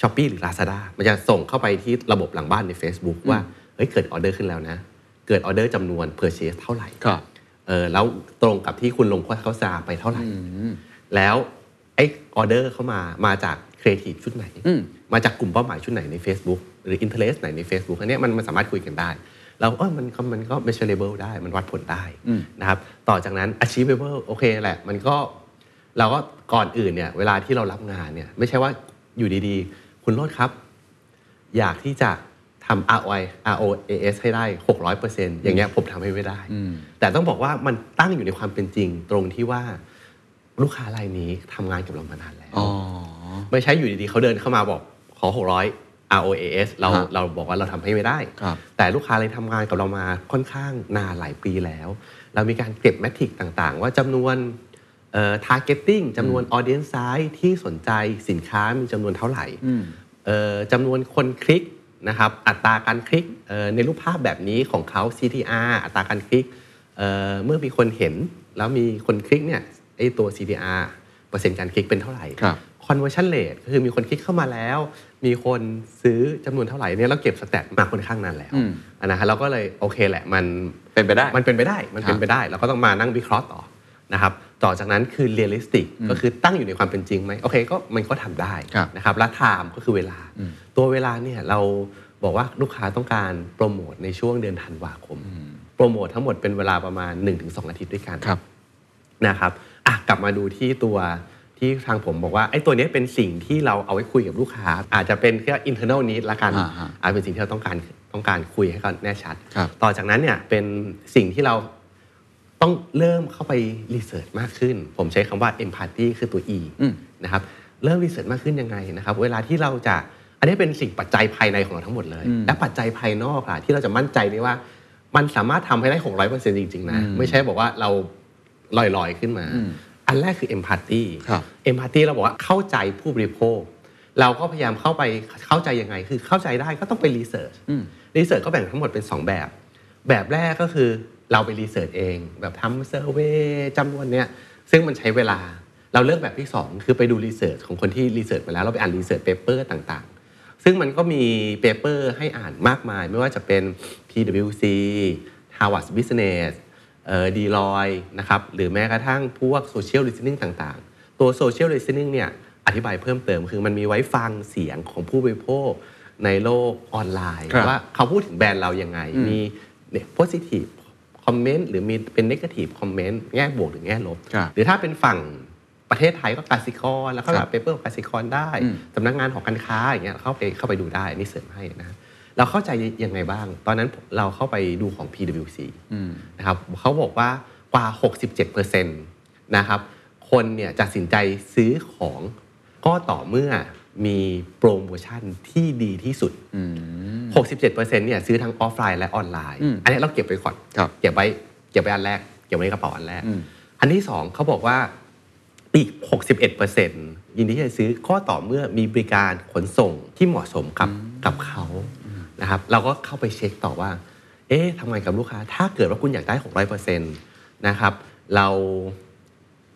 Shopee หรือ Lazada มันจะส่งเข้าไปที่ระบบหลังบ้านใน Facebook ว่าเฮ้ยเกิดออเดอร์ขึ้นแล้วนะ เกิดออเดอร์จำนวน Purchase เท่าไหร่
ครับ
เออแล้วตรงกับที่คุณลงโฆษณาไปเท่าไหร่ แล้วไอ้ออเดอร์เข้ามามาจากครีเอทีฟชุดไหน
อืม
มาจากกลุ่มเป้าหมายชุดไหนใน Facebook หรือ interest ไหนใน Facebook อันเนี้ยมันมันสามารถคุยกันได้ เราเออมันก็มันก็ measurable ได้มันวัดผลได้นะครับต่อจากนั้น achievable โอเคแหละ มันก็ เราก็ก่อนอื่นเนี่ยเวลาที่เรารับงานเนี่ยไม่ใช่ว่าอยู่ดีๆ คุณโรดครับ อยากที่จะทำ ROI ROAS ให้ได้ 600%อย่างเงี้ยผมทำให้ไม่ได้ แต่ต้องบอกว่ามันตั้งอยู่ในความเป็นจริงตรงที่ว่าลูกค้ารายนี้ทำงานกับเรามานานแล้ว
อ๋อ
ไม่ใช่อยู่ดีๆเขาเดินเข้ามาบอกขอ 600 ROAS เรา
ฮะ
เราบอกว่าเราทำให้ไม่ได้
ครับ
แต่ลูกค้าเลยทำงานกับเรามาค่อนข้างนานหลายปีแล้ว เรามีการเก็บแมทริกต่างๆ ว่าจำนวนเอ่อ targeting จำนวน audience size ที่สนใจสินค้ามีจำนวนเท่าไหร่
อืม
เอ่อจำนวนคนคลิกนะครับอัตราการคลิกเอ่อในรูปภาพแบบนี้ของเขา CTR อัตราการคลิกเอ่อเมื่อมีคนเห็นแล้วมีคนคลิกเนี่ยไอตัว CTR เปอร์เซ็นต์การคลิกเป็นเท่าไหร่
ครับ
conversion rate ก็คือมีคนคลิกเข้ามาแล้ว มีคนซื้อจำนวนเท่าไหร่เนี่ยเราเก็บสแตทมาค่อนข้างนานแล้ว
อืม
อันนะฮะเราก็เลยโอเคแหละมัน
เป็นไปได้
มันเป็นไปได้มันเป็นไปได้เราก็ต้องมานั่งวิเคราะห์ต่อนะครับต่อจากนั้นคือ realistic ก็คือตั้งอยู่ในความเป็นจริงไหมโอเคก็มันก็ทำได้
ครับ
นะครับและ time ก็คือเวลา ตัวเวลาเนี่ยเราบอกว่าลูกค้าต้องการโปรโมทในช่วงเดือนธันวาคม โปรโมททั้งหมดเป็นเวลาประมาณ 1-2 อาทิตย์ด้วยกัน
ครับ
นะครับอ่ะกลับมาดูที่ตัวที่ทางผมบอกว่าไอ้ตัวเนี้ยเป็นสิ่งที่เราเอาไว้คุยกับลูกค้า อาจจะเป็นแค่ internal need ละกัน
อ่าฮะ
อาจเป็นสิ่งที่เราต้องการต้องการคุยให้เขาแน่ชัด
ครับ
ต่อจากนั้นเนี่ยเป็นสิ่งที่เราต้องเริ่มเข้าไปรีเสิร์ชมากขึ้น ผมใช้คำว่า empathy คือตัว e
อืม
นะครับเริ่มรีเสิร์ชมากขึ้นยังไงนะครับเวลาที่เราจะอันนี้เป็นสิ่งปัจจัยภายในของเราทั้งหมดเลย และปัจจัยภายนอกล่ะที่เราจะมั่นใจได้ว่า มันสามารถทำให้ได้ 600%จริง ๆ นะ ไม่ใช่บอกว่าเราลอย ๆ ขึ้นมา อันแรกคือ empathy
ครับ
empathy เราบอกว่าเข้าใจผู้บริโภค เราก็พยายามเข้าไปเข้าใจยังไง คือเข้าใจได้ก็ต้องไปรีเสิร์ชรีเสิร์ชก็แบ่งทั้งหมดเป็น 2 แบบ แบบแรกก็คือเราไปรีเสิร์ชเอง แบบทำเซอร์เวย์จำนวนเนี้ยซึ่งมันใช้เวลา เราเลือกแบบที่ 2 คือไปดูรีเสิร์ชของคนที่รีเสิร์ชมาแล้ว เราไปอ่านรีเสิร์ชเปเปอร์ต่างๆ ซึ่งมันก็มีเปเปอร์ให้อ่านมากมาย ไม่ว่าจะเป็น PwC Harvard Business ดีลอยนะครับหรือแม้กระทั่งพวกโซเชียล i s t e n i n g ต่างๆ ตัวโซเชียล i s t e n i n g เนี่ยอธิบายเพิ่มเติม คือมันมีไว้ฟังเสียงของผู้บริโภคในโลกออนไลน์
ครับ
ว่าเขาพูดถึงแบรนด์เรายังไง มีเนี่ย positive comment หรือมีเป็น negative comment แง่บวกหรือแง่ลบ
ครับ
หรือถ้าเป็นฝั่งประเทศไทยก็กสิกรแล้วก็
ค
แบ
รั
บบ เปเปอร์กสิกรได้สำนักงานของการค้าอย่างเงี้ยเข้าไปเข้าไปดูได้อันนี่เสริมให้นะ เราเข้าใจยังไงบ้าง ตอนนั้นเราเข้าไปดูของ PwC นะครับเขาบอกว่ากว่า 67%นะครับ คนเนี่ยจะตัดสินใจซื้อของก็ต่อเมื่อมีโปรโมชั่นที่ดีที่สุด 67%เนี่ยซื้อทั้งออฟไลน์และออนไลน์ อันนี้เราเก็บไว้ก่อน
ครับ
เก็บไว้เก็บไว้อันแรก เก็บไว้ในกระเป๋าอันแรก
อืม
อันที่สองเขาบอกว่าอีก 61%ยินดีที่จะซื้อก็ต่อเมื่อมีบริการขนส่งที่เหมาะสมกับกับเขานะครับเราก็เข้าไปเช็คต่อว่า เอ๊ะทำไงกับลูกค้า ถ้าเกิดว่าคุณอยากได้ 600%นะครับเรา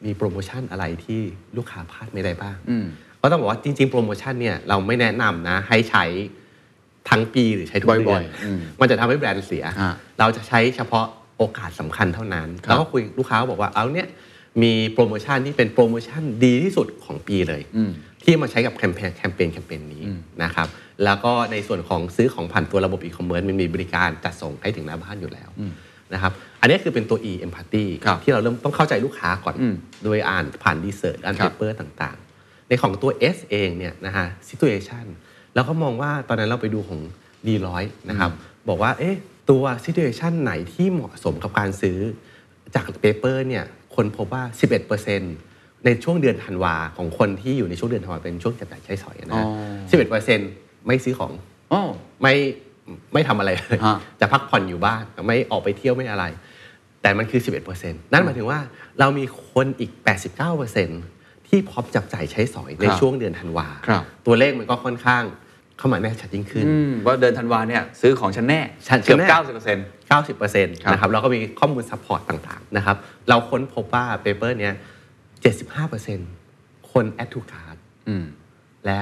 มีโปรโมชั่นอะไรที่ลูกค้าพลาดไม่ได้บ้าง
อืม
ก็ต้องบอกว่าจริง ๆ โปรโมชั่นเนี่ยเราไม่แนะนำนะให้ใช้ทั้งปีหรือใช้ทุกเดื
บ่
อ
อน ยๆอืม
มันจะทำให้แบรนด์เสีย
ฮะ
เราจะใช้เฉพาะโอกาสสำคัญเท่านั้น
ครับ
แล้วก็คุยลูกค้าบอกว่าเอาเนี่ยมีโปรโมชั่นที่เป็นโปรโมชั่นดีที่สุดของปีเลย
อืม
ที่มาใช้กับแคมเปญแคมเปญแคมเปญนี้นะครับแล้วก็ในส่วนของซื้อของผ่านตัวระบบอีคอมเมิร์ซมันมีบริการจัดส่งให้ถึงหน้าบ้านอยู่แล้วนะครับอันนี้คือเป็นตัว e empathy
ครับ
ที่เราเริ่มต้องเข้าใจลูกค้าก่อน
อืม
โดยอ่านผ่านดีเซอร์อ่าน
ครั
เป
บ
เปอร์ต่างๆ ในของตัว S เองเนี่ยนะฮะ situation แล้วก็มองว่าตอนนั้นเราไปดูของดีร้อยนะครับ บอกว่าเอ๊ะตัว situation ไหนที่เหมาะสมกับการซื้อ จากเปเปอร์เนี่ยคนพบว่า 11%ในช่วงเดือนธันวาของคนที่อยู่ในช่วงเดือนธันวาเป็นช่วงจับจ่ายใช้สอยนะฮะ
อ๋
11%ไม่ซื้อของ
อ๋อ
ไม่ไม่ทำอะไรเลย
ฮะ
จะพักผ่อนอยู่บ้านไม่ออกไปเที่ยวไม่อะไร แต่มันคือ 11%นั่นหมายถึงว่าเรามีคนอีก 89%ที่พร้อมจับจ่ายใช้สอยใน
ครับ
ช่วงเดือนธันวา
ครับ
ตัวเลขมันก็ค่อนข้างเข้ามาแน่ชัดยิ่งขึ้น
อืมว่าเดินธันวาเนี่ยซื้อของฉันแน่
ฉัน
เกือบ
แน่
เก้าสิบเปอร์เซ็นต์
90%
ครับ
นะครับเราก็มีข้อมูลซัพพอร์ตต่างๆนะครับเราค้นพบว่าเปเปอร์เนี้ย75%คนแอดทูการ์ดและ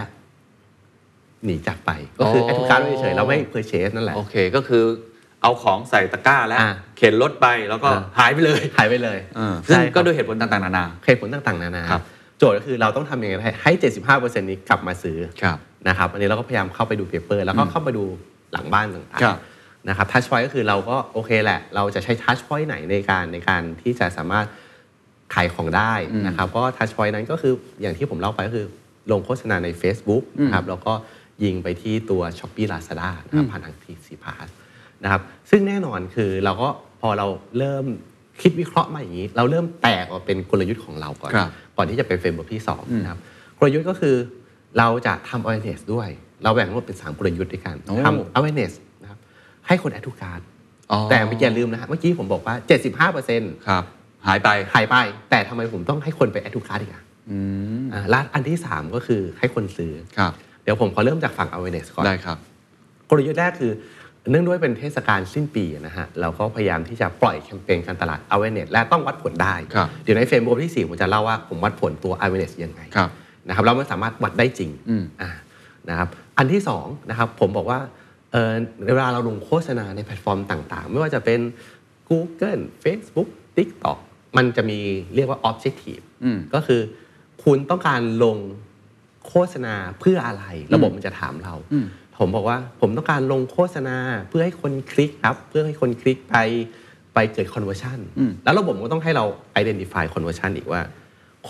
หนีจากไป ก็คือ
อ
แอดทูการ์ดเฉยๆเราไม่เพอร์เชสนั่นแหละ
โอเคก็คือเอาของใส่ตะกร้าแล้ว
อ่า
เข็นรถไปแล้วก็
อ่า
หายไปเลย
หายไปเลย
ซึ่ง
ใช่ครับ
ก็ด้วยเหตุผลต่างๆ นานา
เหตุผลต่างๆ นานา
ครับ
โจทย์ก็คือเราต้องทำยังไงให้ 75%นี้กลับมาซื้อ
ครับ
นะครับอันนี้เราก็พยายามเข้าไปดูเพเปอร์แล้วก็เข้าไปดูหลังบ้านต่าง
ครับ
ๆนะครับทัชพอยต์ก็คือเราก็โอเคแหละ เราจะใช้ทัชพอยต์ไหนในการในการที่จะสามารถขายของได้นะครับก็ทัชพอยต์นั้นก็คืออย่างที่ผมเล่าไปก็คือลงโฆษณาใน Facebook นะครับแล้วก็ยิงไปที่ตัว s h o p e e Lazada นะครับผ่านทาง TC Pass นะครับซึ่งแน่นอนคือเราก็พอเราเริ่มคิดวิเคราะห์มาอย่างนี้ เราเริ่มแตกออกเป็นกลยุทธ์ของเราก่อน
ครับ
ก่อนที่จะเป็นเฟรมเวิร์กที่2นะครับกลยุทธ์ก็คือเราจะทำ awareness ด้วย เราแบ่งรวมเป็น 3 กลยุทธ์ด้วยกัน
โอ้
ทำ awareness นะครับให้คน add to cart
อ๋อ
แต่อย่าลืมนะฮะเมื่อกี้ผมบอกว่า 75%
ครับ หายไป
หายไป แต่ทำไมผมต้องให้คนไป add to cart อีกอ่ะ
อืม
อ่าและอันที่ 3 ก็คือให้คนซื้อ
ครับ
เดี๋ยวผมขอเริ่มจากฝั่ง awareness ก่อน
ได้ครับ
กลยุทธ์แรกคือเนื่องด้วยเป็นเทศกาลสิ้นปีนะฮะเราก็พยายามที่จะปล่อยแคมเปญการตลาด awareness และต้องวัดผลได้
ครับ
เดี๋ยวในเฟรมบวกที่ 4 ผมจะเล่าว่าผมวัดผลตัว awareness ยังไง
ครับ
นะครับเราไม่สามารถวัดได้จริง
อืม
อ่านะครับอันที่2นะครับผมบอกว่าเอ่อเวลาเราลงโฆษณาในแพลตฟอร์มต่างๆ ไม่ว่าจะเป็น Google Facebook TikTok มันจะมีเรียกว่า objective
อืม
ก็คือคุณต้องการลงโฆษณาเพื่ออะไร ระบบมันจะถามเรา
อืม
ผมบอกว่าผมต้องการลงโฆษณาเพื่อให้คนคลิกครับ เพื่อให้คนคลิกไปไปเกิด conversion แล้วระบบมันก็ต้องให้เรา identify conversion อีกว่า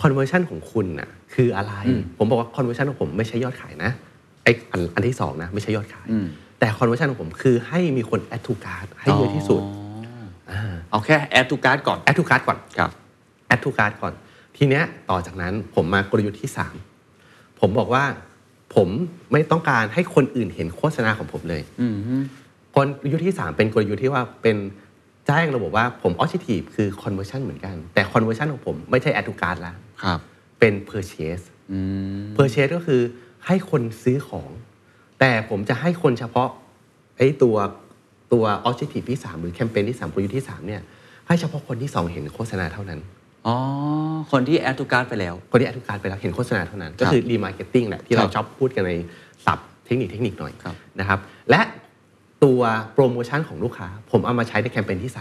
conversion ของคุณน่ะคืออะไร ผมบอกว่า conversion ของผมไม่ใช่ยอดขายนะไออันอันที่สองนะไม่ใช่ยอดขาย แต่ conversion ของผมคือให้มีคน add to cart ให้เยอะที่สุดา
เอาแค่แอดทูการ์ดก่อน
แอดทูการ์ดก่อน
ครับ
แอดทูการ์ดก่อน ทีเนี้ยต่อจากนั้นผมมากลยุทธ์ที่ 3 ผมบอกว่าผมไม่ต้องการให้คนอื่นเห็นโฆษณาของผมเลยกลยุทธ์ที่ 3 เป็นกลยุทธ์ที่ว่าเป็นแจ้งระบบว่าผมออ i ิทีฟคือคอนเวอร์ชันเหมือนกัน แต่คอนเวอร์ชันของผมไม่ใช่แอดทูการ์ดละ
ครับ
เป็นเพอร์เชสเพอร์เชสก็คือให้คนซื้อของ แต่ผมจะให้คนเฉพาะไอ้ตัวตัวออ i ิทีฟที่ 3 หรือแคมเปญที่3กลยุทธ์ที่ 3 เนี่ยให้เฉพาะคนที่ 2 เห็นโฆษณาเท่านั้น
อ๋อ คนที่แอดทูการ์ดไปแล้ว
คนที่อนุการไปแล้วเห็นโฆษณาเท่านั้น ก็คือรีมาร์เก็ตติ้งแหละที่เราชอบพูดกันในศัพท์เทคนิคเทคนิคหน่อย
ครับ
นะครับ และตัวโปรโมชั่นของลูกค้า ผมเอามาใช้ในแคมเปญที่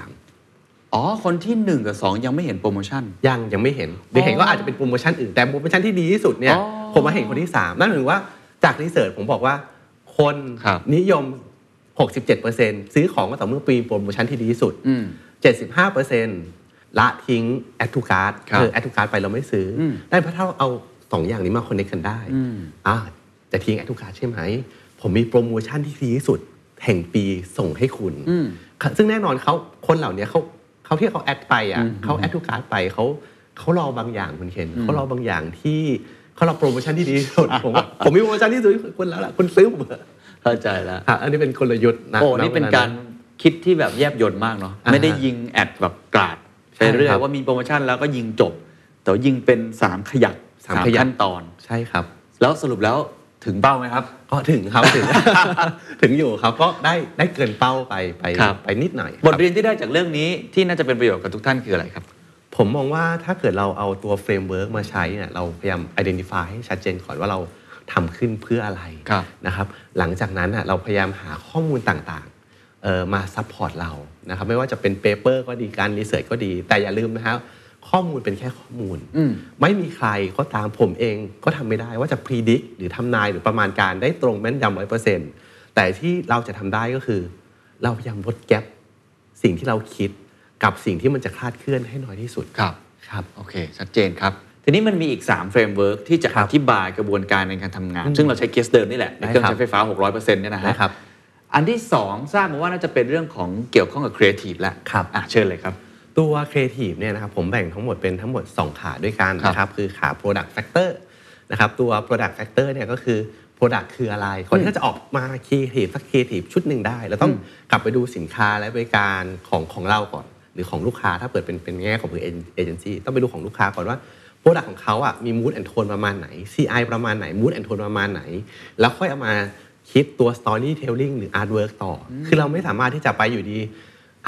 อ๋อ คนที่ 1 กับ 2 ยังไม่เห็นโปรโมชั่น
3 ยังยังไม่เห็นหรือเห็นก็อาจจะเป็นโปรโมชั่นอื่น แต่โปรโมชั่นที่ดีที่สุดเนี่ย
อ๋อ
ผมมาเห็นคนที่ 3 นั่นหมายถึงว่าจากรีเสิร์ชผมบอกว่า คน
ครับ
นิยม 67%ซื้อของก็ต่อเมื่อปีโปรโมชั่นที่ดีที่สุด
อืม
75%ละทิ้งแอดทูการ์ด
ครับ
คือแอดทูการ์ดไปเราไม่ซื้ออ
ม
ได้เพราะถ้าเราเอาสองอย่างนี้มาคอนเนคกันได้
อืม
อ่าจะทิ้งแอดทูการ์ดใช่ไหม ผมมีโปรโมชั่นที่ดีที่สุด แห่งปีส่งให้คุณ
อืม
ซึ่งแน่นอนเขาคนเหล่านี้เขาเขาที่เขาแอดไปอ่ะเขาแอดทูการ์ดไปเขาเขารอบางอย่างคุณเคนเขารอบางอย่างที่เขารอโปรโมชั่นที่ดีที่สุ
*laughs*
ดผมว่าผมมีโปรโมชั่นที่ดีที่สุดคุณแล้วล่ะคุณซื้อผมเถอะ
เข้าใจแล้ว
อ่ะอันนี้เป็นกลยุทธ์นะ
โอ้
ณ
นี่เป็น
วล
การคิดที่แบบแยบยลมากเนาะ
อ่าฮะ
ไม่ได้ยิงแอดแบบกราดไปเรื่อ
ใช่ค
ย
รับ
ว่ามีโปรโมชั่นแล้วก็ยิงจบ แต่ว่ายิงเป็น 3 ขยัก
สามขยัก
ขั้นตอน
ใช่ครับ
แล้วสรุปแล้วถึงเป้าไหมครับ
ก็ถึงครับถึง *laughs* ถึงอยู่ครับก็ได้ได้เกินเป้าไปไป
ครับ
ไปนิดหน่อย
บทเรียนที่ได้จากเรื่องนี้ที่น่าจะเป็นประโยชน์กับทุกท่านคืออะไรครับ
ผมมองว่าถ้าเกิดเราเอาตัวเฟรมเวิร์กมาใช้เนี่ยเราพยายาม identify ให้ชัดเจนก่อนว่าเราทำขึ้นเพื่ออะไร
ครับ
นะครับหลังจากนั้นน่ะเราพยายามหาข้อมูลต่างๆเอ่อมาซัพพอร์ตเรานะครับไม่ว่าจะเป็นเปเปอร์ก็ดีการรีเสิร์ชก็ดี แต่อย่าลืมนะครับข้อมูลเป็นแค่ข้อมูล ไม่มีใครก็ตามผมเองก็ทำไม่ได้ว่าจะพิจิตรหรือทำนายหรือประมาณการได้ตรงแม่นยำร้อยเปอร์เซ็นต์แต่ที่เราจะทำได้ก็คือ เราพยายามลดแกลบสิ่งที่เราคิดกับสิ่งที่มันจะคลาดเคลื่อนให้น้อยที่สุด
ครับ
ครับ
โอเค ชัดเจนครับ ทีนี้มันมีอีก3เฟรมเวิร์กที่จะอธิบายกระบวนการในการทำงาน ซึ่งเราใช้เคสเดิมนี่แหละในเครื่อง
ได้ครับ
ใช้ไฟฟ้า 600%เนี่ยนะฮะ
นะครับ
อันที่ 2 ทราบมาว่าน่าจะเป็นเรื่องของเกี่ยวข้องกับครีเอทีฟแล้ว
ครับ
อ่ะเชิญเลยครับ
ตัวครีเอทีฟเนี่ยนะครับผมแบ่งทั้งหมดเป็นทั้งหมด 2 ขาด้วยกันนะครับคือขา Product Factor นะครับตัว Product Factor เนี่ยก็คือ Product คืออะไร คนที่เขาจะออกมาครีเอทีฟสักครีเอทีฟชุดหนึ่งได้ แล้วต้องกลับไปดูสินค้าและบริการของของเราก่อน หรือของลูกค้าถ้าเปิดเป็นเป็นแง่ของเอเจนซี่ต้องไปดูของลูกค้าก่อนว่า Product ของเขาอ่ะมี Mood and Tone ประมาณไหน CI ประมาณไหน Mood and Tone ประมาณไหน แล้วค่อยเอามาคิดตัว Storytelling หรือ Artwork ต่ออคือเราไม่สามารถที่จะไปอยู่ดี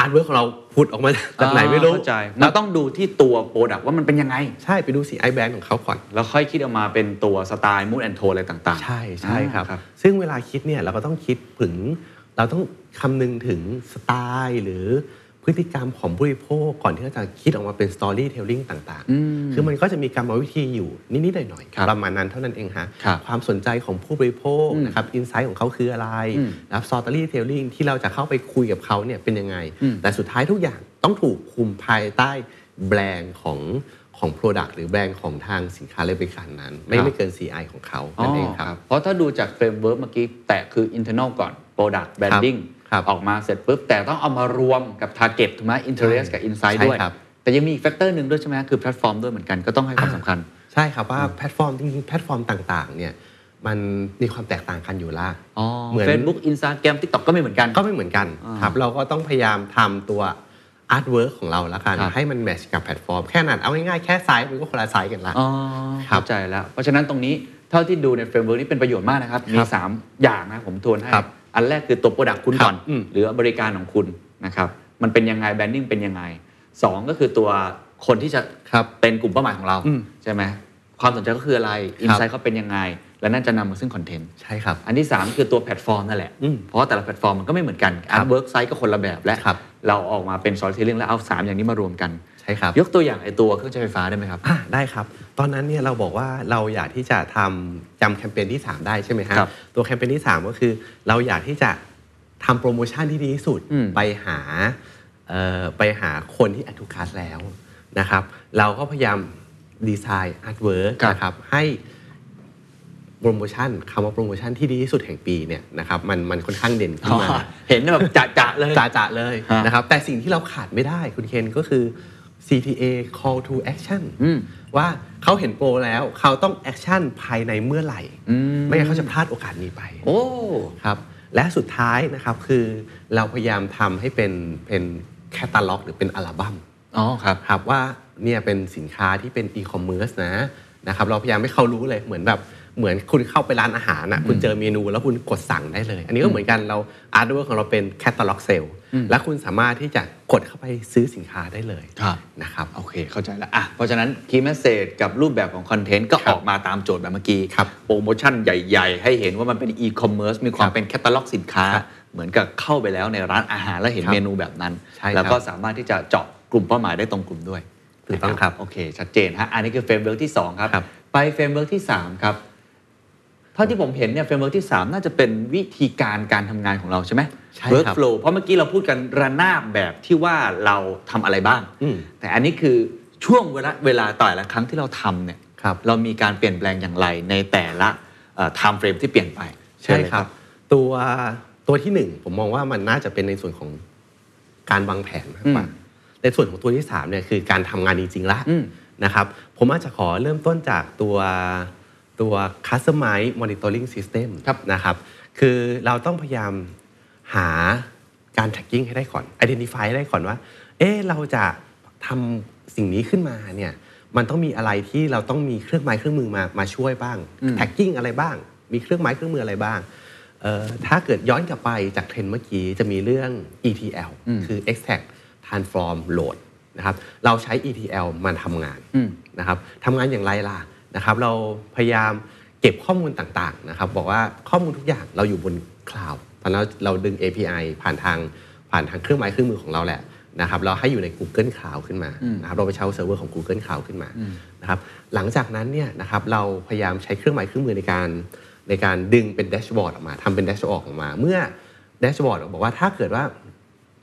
Artwork ของเราพุดออกมาจากไหนไม่รู้
อ่าเข้าใจมันต้องดูที่ตัวโปรดักต์ว่ามันเป็นยังไง
ใช่ไปดูสีไอแบรนด์ของเขาก่อน
แล้วค่อยคิดออกมาเป็นตัวสไตล์มูดแอนโทอะไรต่างๆ
ใช่ใช่ครับ
อ่า
ซึ่งเวลาคิดเนี่ยเราก็ต้องคิดถึง เราต้องคำนึงถึงสไตล์หรือ พฤติกรรมของผู้บริโภคก่อนที่เราจะคิดออกมาเป็นสตอรี่เทลลิ่งต่าง
อืม
ๆ คือมันก็จะมีกรรมวิธีอยู่นิด ๆ หน่อย
ครับ
ๆ ประมาณนั้นเท่านั้นเองฮะ
ครับ
ความสนใจของผู้บริโภค
อืม
นะครับอินไซต์ของเขาคืออะไร
อืม
นะครับสตอรี่เทลลิ่งที่เราจะเข้าไปคุยกับเขาเนี่ยเป็นยังไง
อืม
แต่สุดท้ายทุกอย่างต้องถูกคุมภายใต้แบรนด์ของของ Product หรือแบรนด์ของทางสินค้าและบริการนั้น ไม่ไม่เกิน CI ของเขานั่นเองครับ
เพราะถ้าดูจากเฟรมเวิร์กเมื่อกี้ แตะคือ internal ก่อน product branding
ครับ
ออกมาเสร็จปุ๊บ แต่ต้องเอามารวมกับ target ถูกไหม interest
ใช่
กับ insight
ใช่
ด้วย
ครับ
แต่ยังมีอีกแฟกเตอร์หนึ่งด้วยใช่ไหมคือแพลตฟอร์มด้วยเหมือนกันก็ต้องให้ความสำคัญ
ใช่ครับว่าแพลตฟอร์มจริงๆแพลตฟอร์มต่างๆเนี่ยมันมีความแตกต่างกันอยู่ละ
อ๋อ
เหมือน
Facebook Instagram TikTok ก็ไม่เหมือนกัน
ก็ไม่เหมือนกัน
อ่า
ครับเราก็ต้องพยายามทำตัวอาร์ตเวิร์กของเราละกัน
ครับ
ให้มันแมทช์กับแพลตฟอร์ม แค่นั้นเอาง่ายๆแค่ไซส์มันก็คนละไซส์กันละ
อ๋อ
ครั
เข้า
บ
ใจแล้ว เพราะฉะนั้นตรงนี้เท่าที่ดูในเฟรมเวิร์กนี้เป็นประโยชน์มากนะครับ มี
ครับ
3 อย่างนะผมทวนให้
ครับ
อันแรกคือตัวโปรดักต์คุณ
ครับ
ก่อน
อืม
หรือบริการของคุณนะครับ มันเป็นยังไงแบรนดิ้งเป็นยังไง 2 ก็คือตัวคนที่จะ
ครับ
เป็นกลุ่มเป้าหมายของเรา
อืม
ใช่ไหมความสนใจก็คืออะไร
ครับ
อินไซต์เขาเป็นยังไง และน่าจะนำมาซึ่งคอนเทนต์
ใช่ครับ
อันที่ 3 คือตัวแพลตฟอร์มนั่นแหละ
อืม
เพราะว่าแต่ละแพลตฟอร์มมันก็ไม่เหมือนกัน
ครั
อั
บ
นเวิร์กไซต์ก็คนละแบบและ
ครับ
เราออกมาเป็นซอสเทลลิ่งแล้วเอาสามอย่างนี้มารวมกัน
ใช่ครับ
ยกตัวอย่างไอตัวเครื่องใช้ไฟฟ้าได้ไหมครับ
อ่ะได้ครับ ตอนนั้นเนี่ยเราบอกว่าเราอยากที่จะทำจำแคมเปญที่ 3 ได้ใช่ไหมฮะ
ครับ
ตัวแคมเปญที่ 3 ก็คือ เราอยากที่จะทำโปรโมชั่นที่ดีที่สุด
อืม
ไปหาเอ่อไปหาคนที่อนุคัสแล้วนะครับ เราก็พยายามดีไซน์อาร์ตเวิร์กนะครับให้ โปรโมชั่นคำว่าโปรโมชั่นที่ดีที่สุดแห่งปีเนี่ยนะครับมันมันค่อนข้างเด่นขึ้นมา
อ๋อเห็นแบบจะๆเลย
จ่าจ่าเลย
ฮะ
นะครับแต่สิ่งที่เราขาดไม่ได้คุณเคนก็คือ CTA call to action
อืม
ว่าเขาเห็นโปรแล้วเขาต้องแอคชั่นภายในเมื่อไหร่
อืม
ไม่งั้นเขาจะพลาดโอกาสนี้ไป
โอ้
ครับและสุดท้ายนะครับคือเราพยายามทำให้เป็นเป็นแคตตาล็อก หรือเป็นอัลบั้ม
อ๋อครับ
ครับว่าเนี่ยเป็นสินค้าที่เป็นอีคอมเมิร์ซนะนะครับเราพยายามให้เขารู้เลยเหมือนแบบเหมือนคุณเข้าไปร้านอาหารนะคุณเจอเมนูแล้วคุณกดสั่งได้เลย อันนี้ก็เหมือนกันเราอาร์ตเวิร์ของเราเป็นแคตตาล็อกเซลและคุณสามารถที่จะกดเข้าไปซื้อสินค้าได้เลย
ครับ
นะครับ
โอเค เข้าใจแล้วอ่ะเพราะฉะนั้นคีย์แมสเซจกับรูปแบบของคอนเทนต์ก็
ครั
อบ อกมาตามโจทย์แบบเมื่อกี้
ครับ
โปรโมชั่นใหญ่ ๆ ให้เห็นว่ามันเป็นอีคอมเมิร์ซมีควา
ค
ม
รับ
เป็นแคตตาล็อกสินค้า
ครับ
เหมือนกับเข้าไปแล้วในร้านอาหารแล้วเห็น
ครับ
เมนูแบบนั้น
ใช่ครับ
แล้วก็สามารถที่จะเจาะกลุ่มเป้าหมายได้ตรงกลุ่มด้วย
ถูกต้องครับ
โอเค ชัดเจนฮะอันนี้คือเฟรมเวิร์กที่ 2 ครับ
ครับ
ไปเฟรมเวิร์กที่ 3 ครับ เท่าที่ผมเห็นเนี่ยเฟรมเวิร์กที่ 3 น่าจะเป็นวิธีการการทำงานของเราใช่ไหม
ใช่ครับ
work flow เพราะเมื่อกี้เราพูดกันระนาบแบบที่ว่าเราทำอะไรบ้าง
อืม
แต่อันนี้คือช่วงเวลาเวลาต่อละครั้งที่เราทำเนี่ย
ครับ
เรามีการเปลี่ยนแปลงอย่างไรในแต่ละไทม์เฟรมที่เปลี่ยนไป
ใช่
เญเลย
ครับ ตัวตัวที่หนึ่งผมมองว่ามันน่าจะเป็นในส่วนของการวางแผนมากกว่า
อืม
ในส่วนของตัวที่สามเนี่ยคือการทำงานจริงๆละ
อืม
นะครับ ผมอาจจะขอเริ่มต้นจากตัวตัว customize monitoring system
ครับ
นะครับ คือเราต้องพยายามหาการ tracking ให้ได้ก่อน identify ให้ได้ก่อนว่า เอ๊ะเราจะทำสิ่งนี้ขึ้นมาเนี่ยมันต้องมีอะไรที่เราต้องมีเครื่องไม้เครื่องมือมามาช่วยบ้าง
อืม
tracking อะไรบ้าง มีเครื่องไม้เครื่องมืออะไรบ้างเอ่อถ้าเกิดย้อนกลับไปจากเทรนด์เมื่อกี้จะมีเรื่อง ETL
อืม
คือ extract transform load นะครับ เราใช้ ETL มันทำงาน
อืม
นะครับทำงานอย่างไรล่ะนะครับ เราพยายามเก็บข้อมูลต่างๆนะครับ บอกว่าข้อมูลทุกอย่างเราอยู่บนคลาวด์ตอนนั้นเราดึง API ผ่านทางผ่านทางเครื่องไม้เครื่องมือของเราแหละนะครับ เราให้อยู่ใน Google Cloud ขึ้นมานะครับ เราไปใช้เซิร์ฟเวอร์ของ Google Cloud ขึ้นมา นะครับหลังจากนั้นเนี่ยนะครับเราพยายามใช้เครื่องหมายเครื่องมือในการในการดึงเป็นแดชบอร์ดออกมาทำเป็นแดชบอร์ดออกมา เมื่อแดชบอร์ดบอกว่าถ้าเกิดว่า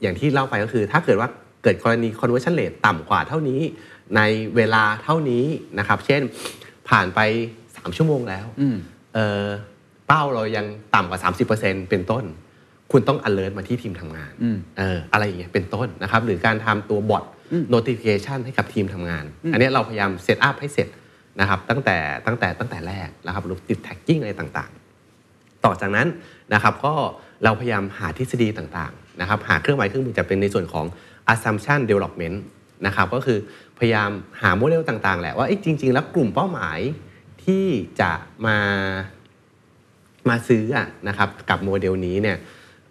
อย่างที่เล่าไปก็คือ ถ้าเกิดว่าเกิดกรณี conversion rate ต่ำกว่าเท่านี้ ในเวลาเท่านี้นะครับ เช่นผ่านไป 3 ชั่วโมงแล้ว
อืม
เอ่อเป้าเรายังต่ำกว่า 30%เป็นต้น คุณต้อง alert มาที่ทีมทำงาน
อืม
เอออะไรอย่างเงี้ยเป็นต้นนะครับ หรือการทำตัวบอท notification ให้กับทีมทำงาน อันเนี้ยเราพยายามเซตอัพให้เสร็จนะครับตั้งแต่ตั้งแต่ตั้งแต่แรกนะครับรวมติด tagging อะไรต่างๆ ต่อจากนั้นนะครับก็เราพยายามหาทฤษฎีต่างๆนะครับหาเครื่องหมายเครื่องมือจะเป็นในส่วนของ assumption development นะครับก็คือพยายามหาโมเดลต่างๆ แหละว่าเอ๊ะจริง ๆ แล้วกลุ่มเป้าหมายที่จะมา มาซื้ออะนะครับกับโมเดลนี้เนี่ย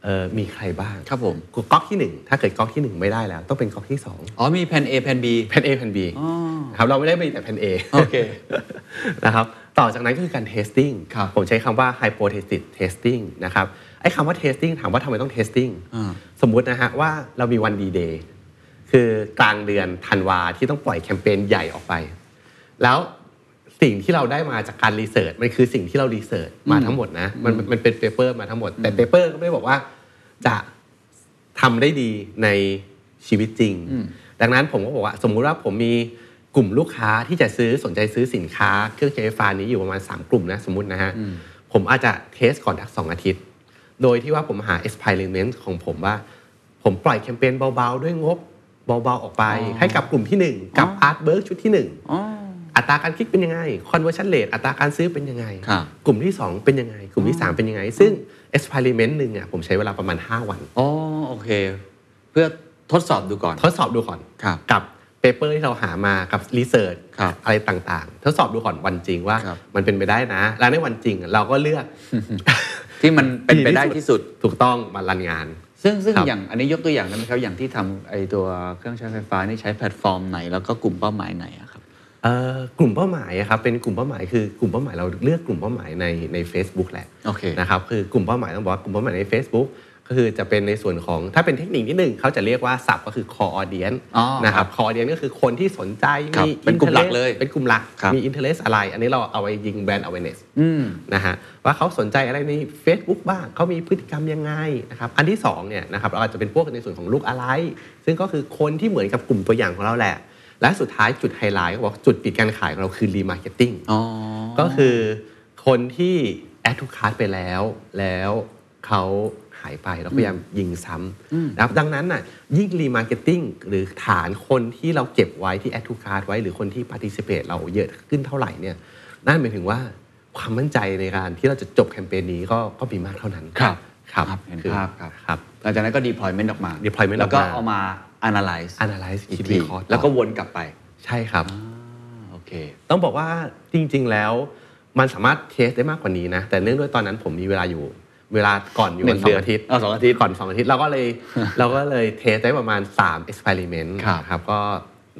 เอ่อมีใครบ้าง
ครับผม
ก๊อกที่หนึ่งถ้าเกิดก๊อกที่หนึ่งไม่ได้แล้ว ต้องเป็นก๊อกที่สอง
อ๋อมีแผน A แผน B
แผ่น A แผ่น B ครับเราไม่ได้มีแต่แผ่น A
โอเค
นะครับต่อจากนั้นก็คือการ testing
ครับ
ผมใช้คำว่า hypothesis testing นะครับไอ้คำว่า testing ถามว่าทำไมต้อง testing
อ่า
สมมุตินะฮะว่าเรามีวันดีเดย์ คือกลางเดือนธันวาที่ต้องปล่อยแคมเปญใหญ่ออกไป แล้วสิ่งที่เราได้มาจากการรีเสิร์ชมันคือสิ่งที่เรารีเสิร์ชมาทั้งหมดนะมันมันเป็นเปเปอร์มาทั้งหมด แต่เปเปอร์ก็ไม่ได้บอกว่าจะทำได้ดีในชีวิตจริง ดังนั้นผมก็บอกว่าสมมุติว่าผมมีกลุ่มลูกค้าที่จะซื้อสนใจซื้อสินค้าเครื่องใช้ไฟฟ้านี้อยู่ประมาณ 3 กลุ่มนะสมมตินะฮะผมอาจจะเทสก่อนทักสองอาทิตย์ โดยที่ว่าผมหา experiment ของผมว่า ผมปล่อยแคมเปญเบาๆ ด้วยงบเบาๆ ออกไป ให้กับกลุ่มทีหนึ่1 กับ artwork ชุดที่ 1 อัตราการคลิกเป็นยังไง conversion rate อัตราการซื้อเป็นยังไง
ครับ
กลุ่มที่ 2 เป็นยังไง กลุ่มที่ 3 เป็นยังไง ซึ่ง experiment หนึ่งอ่ะผมใช้เวลาประมาณ 5 วัน
อ๋อโอเค เพื่อทดสอบดูก่อน
ทดสอบดูก่อน
ครับ
กับเปเปอร์ที่เราหามากับรีเสิร์ช
ครับ
อะไรต่างๆ ทดสอบดูก่อนวันจริงว่า
ครับ
มันเป็นไปได้นะ แล้วในวันจริงเราก็เลือก
ที่มันเป็นไปได้ที่สุด
*laughs* ถูกต้องมารันงาน
ซึ่งซึ่ง
ครับ
อย่างอันนี้ยกตัวอย่างได้ไหมครับ อย่างที่ทำไอตัวเครื่องใช้ไฟฟ้านี่ใช้แพลตฟอร์มไหน แล้วก็กลุ่มเป้าหมายไหนอะครับ
เอ่อกลุ่มเป้าหมายอะครับเป็นกลุ่มเป้าหมายคือกลุ่มเป้าหมายเราเลือกกลุ่มเป้าหมายในใน a c e b o o k แหละ
โอเค
นะครับคือกลุ่มเป้าหมายต้องบอกว่ากลุ่มเป้าหมายใน Facebook ก็คือจะเป็นในส่วนของถ้าเป็นเทคนิคนิดหนึ่งเขาจะเรียกว่าศัพท์ก็คือ core audience
อ๋อ
นะครับ core audience ก็คือคนที่สนใจ
ครั
มี
บเป็นกลุ่มหลัก
interest
เลย
เป็นกลุ่มหลัก
ครับ
มี interest อะไร อันนี้เราเอาไว้ยิง brand awareness
อืม
นะฮะว่าเขาสนใจอะไรใน Facebook บ้างเขามีพฤติกรรมยังไงนะครับอันที่สองเนี่ยนะครับเราอาจจะเป็นพวกในส่วนของลูกอะไร ซึ่งก็คือคนที่เหมือนกับกลุ่มตัวอย่างของเราแหละ และสุดท้ายจุดไฮไลท์ก็บอกจุดปิดการขายของเราคือรีมาร์เก็ตติ้ง
อ๋อ
ก็คือคนที่แอดทูคาร์ดไปแล้ว แล้วเขาหายไปเราพยายามยิงซ้ำนะครับดังนั้นน่ะยิ่งรีมาร์เก็ตติ้งหรือฐานคนที่เราเก็บไว้ที่แอดทูคาร์ดไว้หรือคนที่พาร์ติซิเพตเราเยอะขึ้นเท่าไหร่เนี่ยนั่นหมายถึงว่า ความมั่นใจในการที่เราจะจบแคมเปญนี้ก็ก็มีมากเท่านั้น
ครับ
ครับ
ครับเห็น
คือ
ภาพครับ
ครับ
หลังจากนั้นก็ deployment ออกมา
deployment
แล้วก็
ออกมา
เอามา analyze
analyze อีก
คิด
ที
ดีแล้วก็วนกลับไป
ใช่ครับ
อ่าโอเค
ต้องบอกว่าจริง ๆ แล้วมันสามารถเทสได้มากกว่านี้นะ แต่เนื่องด้วยตอนนั้นผมมีเวลาอยู่ เวลาก่อนอยู่
หนึ่
วัน
ง
สอ
เดื
ง
อน
อาทิตย์
อ๋อสองอาทิตย์
ก่อนสองอาทิตย์เราก็
*laughs*
เลย เราก็เลยเทสได้ประมาณ 3 experiment
ครับ
ครับก็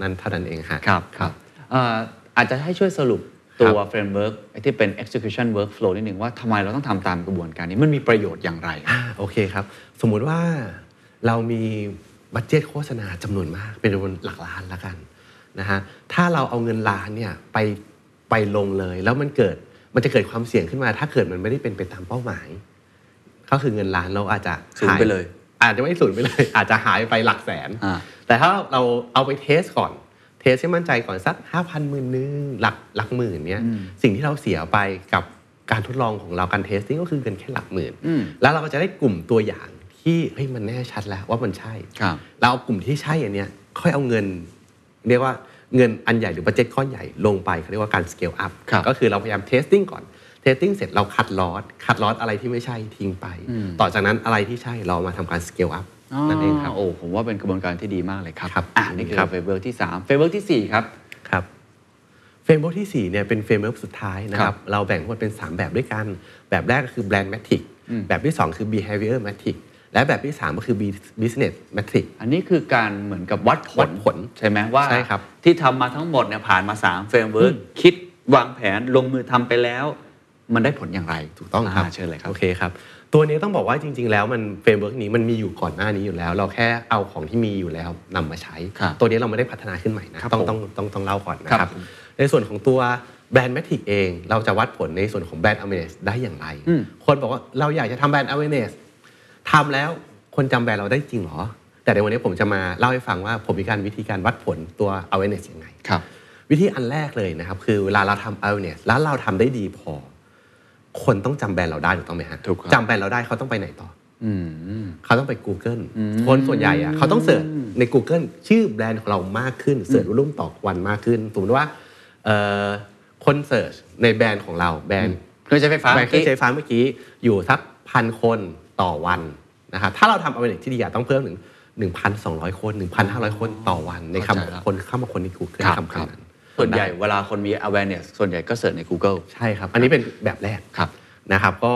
นั้นเท่านั้นเองฮะ
ครับครับเอ่ออาจจะให้ช่วยสรุปตัว framework ไอ้ที่เป็น execution workflow นิดหนึ่งว่าทำไมเราต้องทำตามกระบวนการนี้มันมีประโยชน์อย่างไร
อ่าโอเคครับ สมมุติว่าเรามีบัตเจ็ตโฆษณาจำนวนมาก เป็นจำนวนหลักล้านละกันนะฮะถ้าเราเอาเงินล้านเนี่ยไปไปลงเลย แล้วมันเกิดมันจะเกิดความเสี่ยงขึ้นมา ถ้าเกิดมันไม่ได้เป็นไปตามเป้าหมาย ก็คือเงินล้านเราอาจจะ
สูญไปเลย
หาอาจจะไม่สูญไปเลย *laughs* อาจจะหายไปหลักแสน
อ่า
แต่ถ้าเราเอาไปเทสก่อน เทสให้มั่นใจก่อนสักห้าพันหมื่นนึงหลักหลักหมื่นเนี่ยสิ่งที่เราเสียไปกับการทดลองของเราการเทสติ้งก็คือเงินแค่หลักหมื่น
อืม
แล้วเราก็จะได้กลุ่มตัวอย่างที่เฮ้ยมันแน่ชัดแล้วว่ามันใช่
ครับ
เราเอากลุ่มที่ใช่อันเนี้ยค่อยเอาเงิน เรียกว่าเงินอันใหญ่หรือบัจเจตก้อนใหญ่ลงไปเขาเรียกว่าการ scale up
ครับ
ก็คือเราพยายาม testing ก่อน testing เสร็จเราคัดลอสคัดลอสอะไรที่ไม่ใช่ทิ้งไป
อืม
ต่อจากนั้นอะไรที่ใช่เรามาทำการ scale up นั่นเองครับ
โอ้ผมว่าเป็นกระบวนการที่ดีมากเลยครับ
ครับ
อ่ะนี่คือ
ครับ
เฟเบอร์ที่3เฟเบอร์ที่ 4 ครับ
ครับเฟรมเวิร์กที่ 4เนี่ยเป็นเฟรมเวิร์กสุดท้ายนะค
ครั
รั
บบ
เราแบ่งทั้งหมดเป็น 3 แบบด้วยกัน แบบแรกก็คือ brand metric แบบที่ 2 คือ behavior metric และแบบที่ 3 ก็คือ business metric
อันนี้คือการเหมือนกับวัดผ
วั
ล
ดผล
ใช่ไหมว่า
ใช่ครับ
ที่ทำมาทั้งหมดเนี่ยผ่านมา3เฟรมเวิร์กคิดวางแผนลงมือทำไปแล้ว มันได้ผลอย่างไร
ถูกต้องครับ
าเชิญเลยครับ
โอเคครับ ตัวนี้ต้องบอกว่าจริง ๆ แล้วมันเฟรมเวิร์กนี้มันมีอยู่ก่อนหน้านี้อยู่แล้ว เราแค่เอาของที่มีอยู่แล้วนำมาใช้
ครับ
ตัวนี้เราไม่ได้พัฒนาขึ้นใหม่นะครับ ต้อง
ผม
ต้องต้องต้องเล่าก่อนนะค
ครั
รั
บบ
ในส่วนของตัวแบรนด์แมทริกเอง เราจะวัดผลในส่วนของแบรนด์อเมเนสได้อย่างไร
อืม
คนบอกว่าเราอยากจะทำแบรนด์อเมเนสทำแล้วคนจำแบรนด์เราได้จริงเหรอ แต่ในวันนี้ผมจะมาเล่าให้ฟังว่าผมมีการวิธีการวัดผลตัว awareness ยังไง
ครับ
วิธีอันแรกเลยนะครับ คือเวลาเราทำ awareness แล้วเราทำได้ดีพอ คนต้องจำแบรนด์เราได้ถูกต้องไหมฮะ
ถูกครับ
จำแบรนด์เราได้เขาต้องไปไหนต่อ
อืม
เขาต้องไป Google
อืม
คนส่วนใหญ่อะเขาต้องเสิร์ชใน Google ชื่อแบรนด์ของเรามากขึ้นเสิร์ชรุ่มต่อวันมากขึ้นสมมติว่าเอ่อคนเสิร์ชในแบรนด์ของเราแบรนด์
เครื่องใช้ไฟฟ้า
แบรนด์เครื่อง
เมื่อกี้
ใช้ไฟฟ้าเมื่อกี้อยู่สักพันคนต่อวันนะครับถ้าเราทำเอาเป็นที่ดีอะต้องเพิ่มถึง 1,200 คน 1,500 คนต่อวันใน
เข้าใจแล้ว
คำคนเข้ามาคนใน Google คำคำนั้น
ส่วนใหญ่เวลาคนมี awareness ส่วนใหญ่ก็เสิร์ชใน Google
ใช่ครับ อันนี้เป็นแบบแรก
ครับ
นะครับก็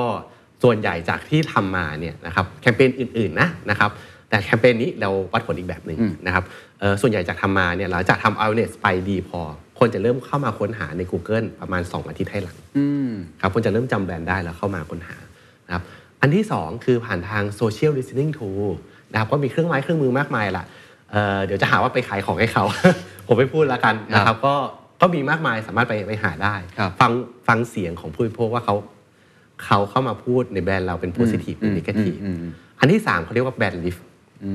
ส่วนใหญ่จากที่ทำมาเนี่ยนะครับแคมเปญอื่นๆนะนะครับแต่แคมเปญนี้เราวัดผลอีกแบบหนึ่งนะครับเอ่อส่วนใหญ่จากทำมาเนี่ยหลังจากทำ awareness ไปดีพอ คนจะเริ่มเข้ามาค้นหาใน Google ประมาณ 2 อาทิตย์ให้หลัง
อืม
ครับคนจะเริ่มจำแบรนด์ได้แล้วเข้ามาค้นหานะครับอันที่ 2 คือผ่านทาง social listening tool นะครับก็มีเครื่องไม้เครื่องมือมากมายละ เอ่อเดี๋ยวจะหาว่าไปขายของให้เขา *laughs* ผมไม่พูดละกันนะครับก็ก็มีมากมายสามารถไปไปหาได้
ครับ
ฟังฟังเสียงของผู้บริโภคว่าเขาเขาเข้ามาพูดในแบรนด์เราเป็นโพซิทีฟหรือนิเกทีฟอันที่สามเขาเรียกว่าแบรนด์ลิฟ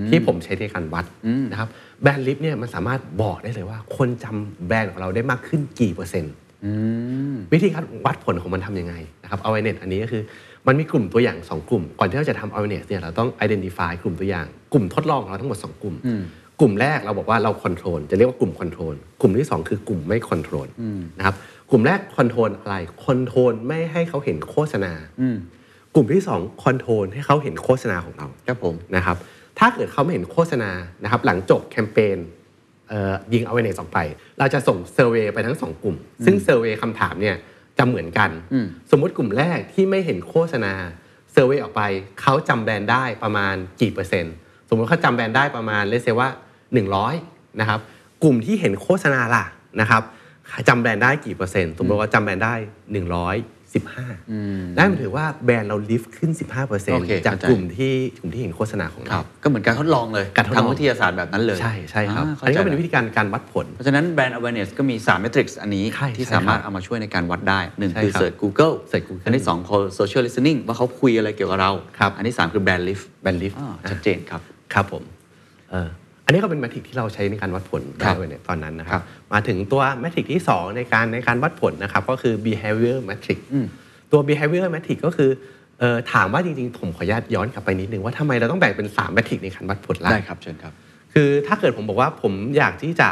ที่ผมใช้ในการวัดนะครับแบรนด์ลิฟเนี่ยมันสามารถบอกได้เลยว่า คนจำแบรนด์ของเราได้มากขึ้นกี่เปอร์เซ็นต์ วิธีการวัดผลของมันทำยังไงนะครับ awareness อันนี้ก็คือมันมีกลุ่มตัวอย่าง 2 กลุ่ม ก่อนที่เราจะทำ awareness เนี่ยเราต้อง identify กลุ่มตัวอย่าง กลุ่มทดลองของเราทั้งหมด 2 กลุ่ม กลุ่มแรกเราบอกว่าเรา control จะเรียกว่ากลุ่ม control กลุ่มที่ 2 คือกลุ่มไม่ control นะครับกลุ่มแรก control อะไร control ไม่ให้เขาเห็นโฆษณา กลุ่มที่2 control ให้เขาเห็นโฆษณาของเรา
ครับผม
นะครับถ้าเกิดเขาไม่เห็นโฆษณานะครับหลังจบแคมเปญเอ่อยิงเอาไว้ในสองไป เราจะส่งเซอร์เวยไปทั้งสองกลุ่ม ซึ่งเซอร์เวยคำถามเนี่ยจะเหมือนกัน สมมุติกลุ่มแรกที่ไม่เห็นโฆษณาเซอร์เวยออกไปเขาจำแบรนด์ได้ประมาณกี่เปอร์เซ็นต์ สมมุติเขาจำแบรนด์ได้ประมาณเลเซว่า 100นะครับกลุ่มที่เห็นโฆษณาล่ะนะครับจำแบรนด์ได้กี่เปอร์เซ็นต์สมมติว่าจำแบรนด์ได้ 115นั่นหมายถึงว่าแบรนด์เราลิฟต์ขึ้น
โอเค
15%จาก
เข้าใจ
กลุ่ม ที่กลุ่มที่เห็นโฆษณาของ
ค
เรา
รับก็เหมือนการทดลองเลย
การทดลอง
ทางวิทยาศาสตร์แบบนั้นเลย
ใช่ใช่ครับ
า
อันนี้ก็เป็นวิ
ข้าใจ
ธีการการวัดผล
เพราะฉะนั้นแบรนด์ awareness ก็มี3 matrix อันนี้
ใช่
ที่
ใช่
สามารถ
ครับ
เอามาช่วยในการวัดได้หนึ่ง
ใช่
คือ
ครับ
search Google
Search Google
อันที่สองคือ social listening ว่าเขาคุยอะไรเกี่ยวกับเรา
ครับ
อันที่สามคือ brand lift
แบนลิฟ
อ่าชัดเจนครับ
ครับผมเอ่ออันนี้ก็เป็นแมทริกที่เราใช้ในการวัดผล
ครั
ได้
บ
ในตอนนั้นนะค
ครั
รับ
บ
มาถึงตัวแมทริกที่ 2 ในการในการวัดผลนะครับ ก็คือ behavior metric ตัว behavior metric ก็คือเอ่อถามว่าจริงๆ ผมขออนุญาตย้อนกลับไปนิดนึงว่าทำไมเราต้องแบ่งเป็น3แมทริกในการวัดผลล่ะ
ได้ครับเชิญครับ
คือถ้าเกิดผมบอกว่าผมอยากที่จะ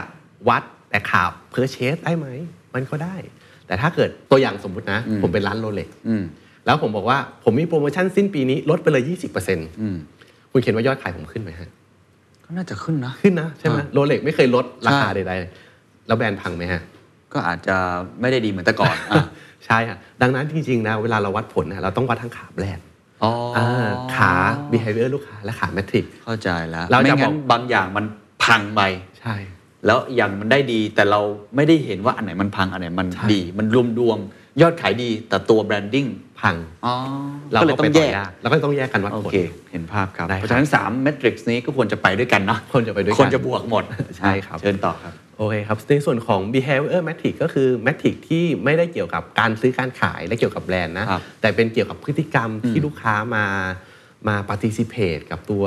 วัดแต่ข่าวเพอร์เชสได้ไหม มันก็ได้ แต่ถ้าเกิดตัวอย่างสมมุตินะ ผมเป็นร้านโรเล็ก
อืม
แล้วผมบอกว่าผมมีโปรโมชั่นสิ้นปีนี้ลดไปเลย 20%คุณเขียนว่ายอดขายผมขึ้นไหมฮะ
ก็น่าจะขึ้นนะ
ขึ้นนะ ใช่ไหม
อ่า
โรเล็กไม่เคยลดราคา
ใช่
ใดๆเลยแล้วแบรนด์พังไหมฮะ
ก็อาจจะไม่ได้ดีเหมือนแต่ก่อนอ่ะ
ใช่ฮะดังนั้นจริงๆนะเวลาเราวัดผลนะเราต้องวัดทั้งขาแบรนด์
อ๋ออา
ขา behavior ลูกค้าและขาแมทริก
เข้าใจแล้ว
เราจะ
ไม่งั้น
บอก
บางอย่างมันพังไป
ใช่
แล้วอย่างมันได้ดีแต่เราไม่ได้เห็นว่าอันไหนมันพังอันไหนมัน
ใช่
ดี มันรวมดวงยอดขายดีแต่ตัวแบรนดิ้ง
พัง
อ๋อ
เรา
ก็เลย
ก็
ต้
ไป
อง
ต่
แย
อก ยากเราก็ต้องแยกกันวัด
โอ
ผล
เค เห็นภาพครับ
ได้ครับ
เพราะฉะนั้น3เมทริกซ์นี้ก็ควรจะไปด้วยกันเนาะ
ควรจะไปด้วยกัน
ควรจะบวกหมด
ใช่ครับ
เชิญต่อครับ
โอเคครับ ในส่วนของ behavior metric ก็คือ metric ที่ไม่ได้เกี่ยวกับการซื้อการขายและเกี่ยวกับแบรนด์นะ
ครับ
แต่เป็นเกี่ยวกับพฤติกรรมที่ลูกค้ามามา participate กับตัว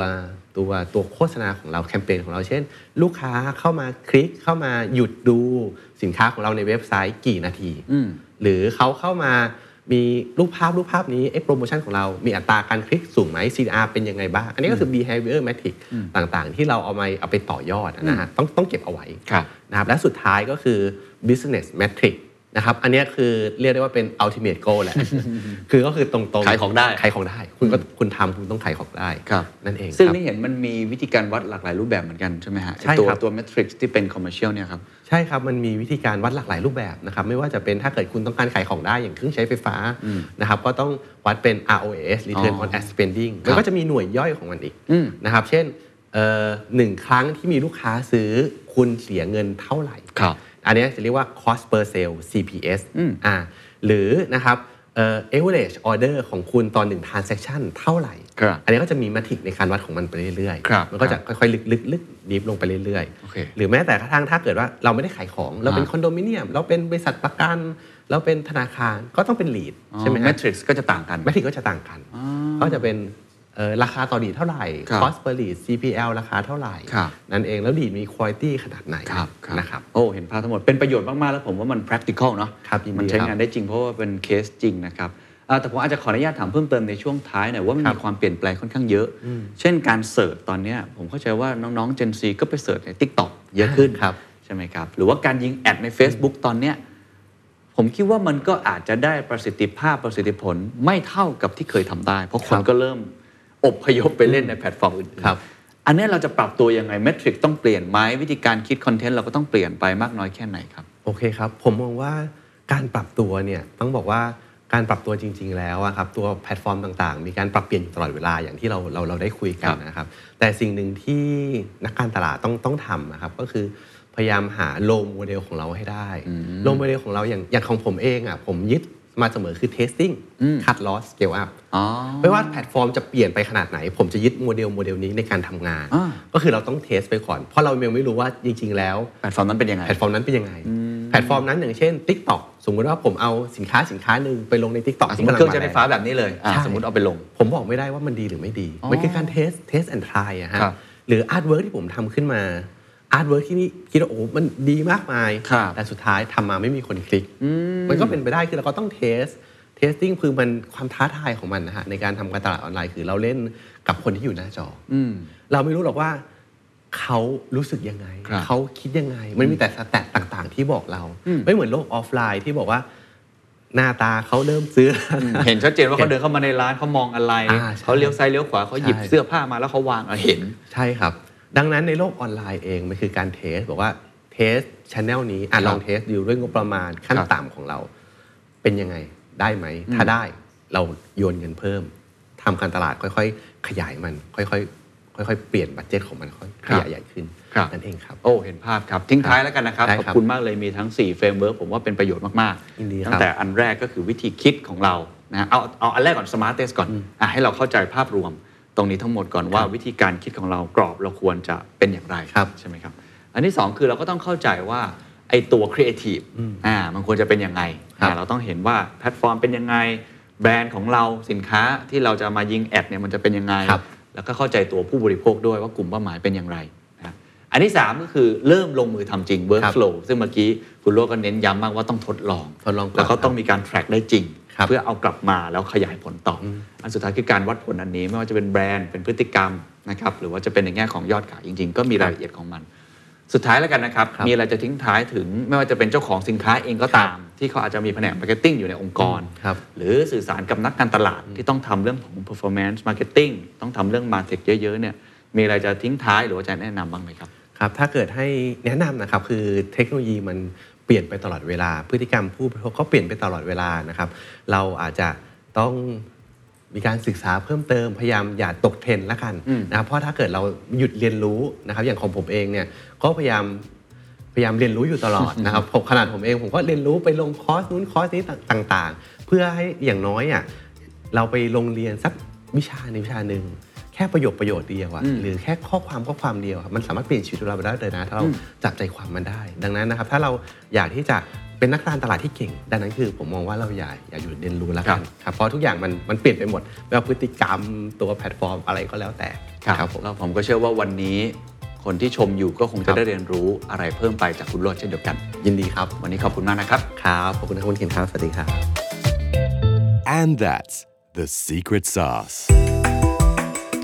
ตัวตัวโฆษณาของเราแคมเปญของเราเช่น ลูกค้าเข้ามาคลิกเข้ามาหยุดดูสินค้าของเราในเว็บไซต์กี่นาที
อืม
หรือเขาเข้ามามีรูปภาพรูปภาพนี้เอ๊ะโปรโมชั่นของเรา มีอัตราการคลิกสูงไหม CR เป็นยังไงบ้าง อันนี้ก็คือ behavior metric ต่างๆ ที่เราเอามาเอาไปต่อยอดนะฮะต้องต้องเก็บเอาไว้
ครับ
นะครับและสุดท้ายก็คือ business metric นะครับอันเนี้ยคือเรียกได้ว่าเป็น ultimate goal
*laughs*
แหละ คือก็คือตรงๆ
ขายของได้
ขายของได้ คุณก็คุณทำคุณต้องขายของได้
ครับ
นั่นเอง
ซึ่ง
ครับ
นี่เห็นมันมีวิธีการวัดหลากหลายรูปแบบเหมือนกันใช่ไหมฮะ
ใช่ครับ
ตัวตัวเมทริกซ์ที่เป็นคอมเมอร์เชียลเนี่ยครับ
ใช่ครับ มันมีวิธีการวัดหลากหลายรูปแบบนะครับ ไม่ว่าจะเป็นถ้าเกิดคุณต้องการขายของได้อย่างเครื่องใช้ไฟฟ้านะครับ ก็ต้องวัดเป็น ROAS Return
อ๋อ
on Ad Spending
ครับ
มันก็จะมีหน่วยย่อยของมันอีก
อืม
นะครับ เช่นเอ่อหนึ่งครั้งที่มีลูกค้าซื้อคุณเสียเงินเท่าไหร่
ครับ
อันเนี้ยจะเรียกว่า cost per sale CPS
อืม
อ่าหรือนะครับเอ่อ average order ของคุณตอนหนึ่ง transaction เท่าไหร่
ครับ
อันนี้ก็จะมีมาตริกในการวัดของมันไปเรื่อย
ครับ
มันก็จะ
ครับ
ค่อยๆ ลึกๆลึกดีฟลงไปเรื่อย
โอเค
หรือแม้แต่กระทั่งถ้าเกิดว่าเราไม่ได้ขายของ เราเป็น
อ่า
คอนโดมิเนียม เราเป็นบริษัทประกัน เราเป็นธนาคารก็ต้องเป็น lead ใช่ไหม
เม
ฮะ
ทริกซ์ก็จะต่างกัน
แมทริกก็จะต่างกัน ก็จะเป็นเอ่อราคาต่อดีดเท่าไหร่
ครับ
cost per lead CPL ราคาเท่าไหร่
ครับ
นั่นเองแล้วดีดมี quality ขนาดไหน
ครับครับ
นะครับ
โอ้เห็นภาพทั้งหมดเป็นประโยชน์มาก ๆ แล้วผมว่ามัน practical เนาะ
ครับยินดี
มันใช้
ครับ
งานได้จริงเพราะว่าเป็นเคสจริงนะครับอ่าแต่ผมอาจจะขออนุญาตถามเพิ่มเติมในช่วงท้ายหน่อยว่ามัน
ครั
มี
บ
ความเปลี่ยนแปลงค่อนข้างเยอะ เช่นการเสิร์ชตอนเนี้ยผมเข้าใจว่าน้อง ๆ Gen Z ก็ไปเสิร์ชใน Tik t o k เยอะขึ้น
ครับ
ใช่ไหมครับ หรือว่าการยิงแอดใน Facebook ตอนเนี้ยผมคิดว่ามันก็อาจจะได้ประสิทธิภาพประสิทธิผลไม่เท่ากับที่เคยทำได้ เพราะคนก็เริ่มอพยพไปเล่นในแพลตฟอร์มอื่นๆ
ครับ
อันเนี้ยเราจะปรับตัวยังไงเมทริกต้องเปลี่ยนไหมวิธีการคิดคอนเทนต์เราก็ต้องเปลี่ยนไปมากน้อยแค่ไหนครับ
โอเคครับ ผมมองว่าการปรับตัวเนี่ยต้องบอกว่าการปรับตัวจริง ๆ แล้วอะครับตัวแพลตฟอร์มต่างๆ มีการปรับเปลี่ยนอยู่ตลอดเวลาอย่างที่เราเราเราได้คุยกันนะครับ แต่สิ่งหนึ่งที่นักการตลาดต้องต้องทำนะครับก็คือพยายามหาโลโมเดลของเราให้ได้โลโมเดลของเราอย่างอย่างของผมเองอ่ะผมยึด มาเสมอคือ testing cut loss scale up
อ๋อ
ไม่ว่าแพลตฟอร์มจะเปลี่ยนไปขนาดไหน ผมจะยึดโมเดลโมเดลนี้ในการทำงาน
อ่า
ก็คือเราต้องเทสไปก่อน เพราะเรายังไม่รู้ว่าจริง ๆ แล้ว
แพลตฟอร์มนั้นเป็นยังไง
แพลตฟอร์มนั้นเป็นยังไง แพลตฟอร์มนั้นอย่างเช่น Tik t o k สมมุติว่าผมเอาสินค้าสินค้าหนึ่งไปลงใน Tik t o k
อ่ะสมมติเครื่องใช้ไฟฟ้าแบบนี้เลยอ่ะ
ใช่
สมมติเอาไปลง
ผมบอกไม่ได้ว่ามันดีหรือไม่ดี
อ๋อ
มันคือการเทสเทสแอนทรายอะฮะ
ครับ
หรืออาร์ตเวิร์กที่ผมทำขึ้นมา อาร์ตเวิร์กที่นี่คิดว่าโอ้โหมันดีมากมาย
ครับ
แต่สุดท้ายทำมาไม่มีคนคลิก มันก็เป็นไปได้คือเราก็ต้องเทส เทสติ้งคือมันความท้าทายของมันนะฮะในการทำการตลาดออนไลน์คือเราเล่นกับคนที่อยู่หน้าจออ
ม
เราไม่รู้หรอกว่าเขารู้สึกยังไง
ครับ
เขาคิดยังไง มันมีแต่สแตทต่างๆ ที่บอกเรา ไม่เหมือนโลกออฟไลน์ที่บอกว่าหน้าตาเขาเริ่มซื้อ
เห็นชัดเจนว่าเขาเดินเข้ามาในร้านเขามองอะไร
อ่าใช่
เขาเลี้ยวซ้ายเลี้ยวขวาเขาหยิบ
ใช่
เสื้อผ้ามาแล้วเขาวางอ่ะเห็น
ใช่ครับ ดังนั้นในโลกออนไลน์เองมันคือการเทสบอกว่าเทสชแนลนี้อ่ะ
ครับ
ลองเทสดูด้วยงบประมาณขั้น
ครับ
ต่ำของเรา เป็นยังไงได้ไหม ถ้าได้เราโยนเงินเพิ่มทำการตลาดค่อยๆ ขยายมัน ค่อยๆ ค่อยๆ เปลี่ยนบัตเจตของมันค่อย
ค
ข
รับ
ยายใหญ่ขึ้น
ครับ
นั่นเองครับ
โอ้ เห็นภาพครับ ทิ้งท้ายแล้วกันนะครับ
ได้
ขอบ
ครับ
คุณมากเลยมีทั้ง 4 เฟรมเวิร์กผมว่าเป็นประโยชน์มาก
ยินดีครับ
ตั้งแต่อันแรกก็คือวิธีคิดของเรานะฮะเอาเอาอันแรกก่อน Smart Test ก่อนอ่ะให้เราเข้าใจภาพรวม ตรงนี้ทั้งหมดก่อนว่าวิธีการคิดของเรากรอบเราควรจะเป็นอย่างไร
ครับ
ใช่ไหมครับ อันที่ 2 คือเราก็ต้องเข้าใจว่าไอตัวครีเอทีฟอ่ามันควรจะเป็นยังไง
ครับ
อ่าเราต้องเห็นว่าแพลตฟอร์มเป็นยังไงแบรนด์ของเราสินค้าที่เราจะมายิงแอดเนี่ยมันจะเป็นยังไง
ครับ
แล้วก็เข้าใจตัวผู้บริโภคด้วยว่ากลุ่มเป้าหมายเป็นอย่างไรนะครับอันที่ 3 ก็คือเริ่มลงมือทำจริง workflow ซึ่งเมื่อกี้คุณโลกก็เน้นย้ำมากว่าต้องทดลอง
ทดลองก่อน
แล้วก็ต้องมีการ track ได้จริง
ครับ
เพื่อเอากลับมาแล้วขยายผลต่อออันสุดท้ายคือการวัดผลอันนี้ไม่ว่าจะเป็นแบรนด์เป็นพฤติกรรมนะครับหรือว่าจะเป็นในแง่ของยอดขายจริง ๆ ก็มีรายละเอียดของมัน สุดท้ายแล้วกันนะครับ
ครับ
มีอะไรจะทิ้งท้ายถึงไม่ว่าจะเป็นเจ้าของสินค้าเองก็ตาม ที่เขาอาจจะมีแผนกมาร์เก็ตติ้งอยู่ในองค์กร
ครับ
หรือสื่อสารกับนักการตลาดที่ต้องทำเรื่องของ performance marketing ต้องทำเรื่อง martech เยอะๆเนี่ยมีอะไรจะทิ้งท้ายหรือว่าจะแนะนำบ้างไหมครับ
ครับถ้าเกิดให้แนะนำนะครับคือเทคโนโลยีมันเปลี่ยนไปตลอดเวลา พฤติกรรมผู้บริโภคก็เปลี่ยนไปตลอดเวลานะครับ เราอาจจะต้องมีการศึกษาเพิ่มเติมพยายามอย่าตกเทรนด์ละกัน
อืม
นะครับเพราะถ้าเกิดเราหยุดเรียนรู้นะครับอย่างของผมเองเนี่ยก็พยายามพยายามเรียนรู้อยู่ตลอดนะครับผมขนาดผมเองผมก็เรียนรู้ไปลงคอร์สนู้นคอร์สนี้ต่างๆ เพื่อให้อย่างน้อยอ่ะเราไปลงเรียนสักวิชาในงวิชาหนึ่งแค่ประโยคประโยชน์เดียวอะ
อืม
หรือ หรือแค่ข้อความข้อความเดียวอะมันสามารถเปลี่ยนชีวิตเราไปได้เลยนะ ถ้าเราจับใจความมันได้ ดังนั้นนะครับ ถ้าเราอยากที่จะเป็นนักการตลาดที่เก่ง ดังนั้นคือผมมองว่าเราอย่าอย่าหยุดเรียนรู้แล้วกันครับเพราะทุกอย่างมันมันเปลี่ยนไปหมดไม่ว่าพฤติกรรมตัวแพลตฟอร์มอะไรก็แล้วแต่ครับผม
แล้วผมก็เชื่อว่าวันนี้ คนที่ชมอยู่ก็คง
ครั
จะ
บ
ได้เรียนรู้อะไรเพิ่มไปจากคุณโรดเช่นเดียวกัน
ยินดีครับ
วันนี้ขอบคุณมากนะครับ
ครับขอบคุณครับคุณเคนครับ สวัสดีครับ
And that's the secret sauce.
ถ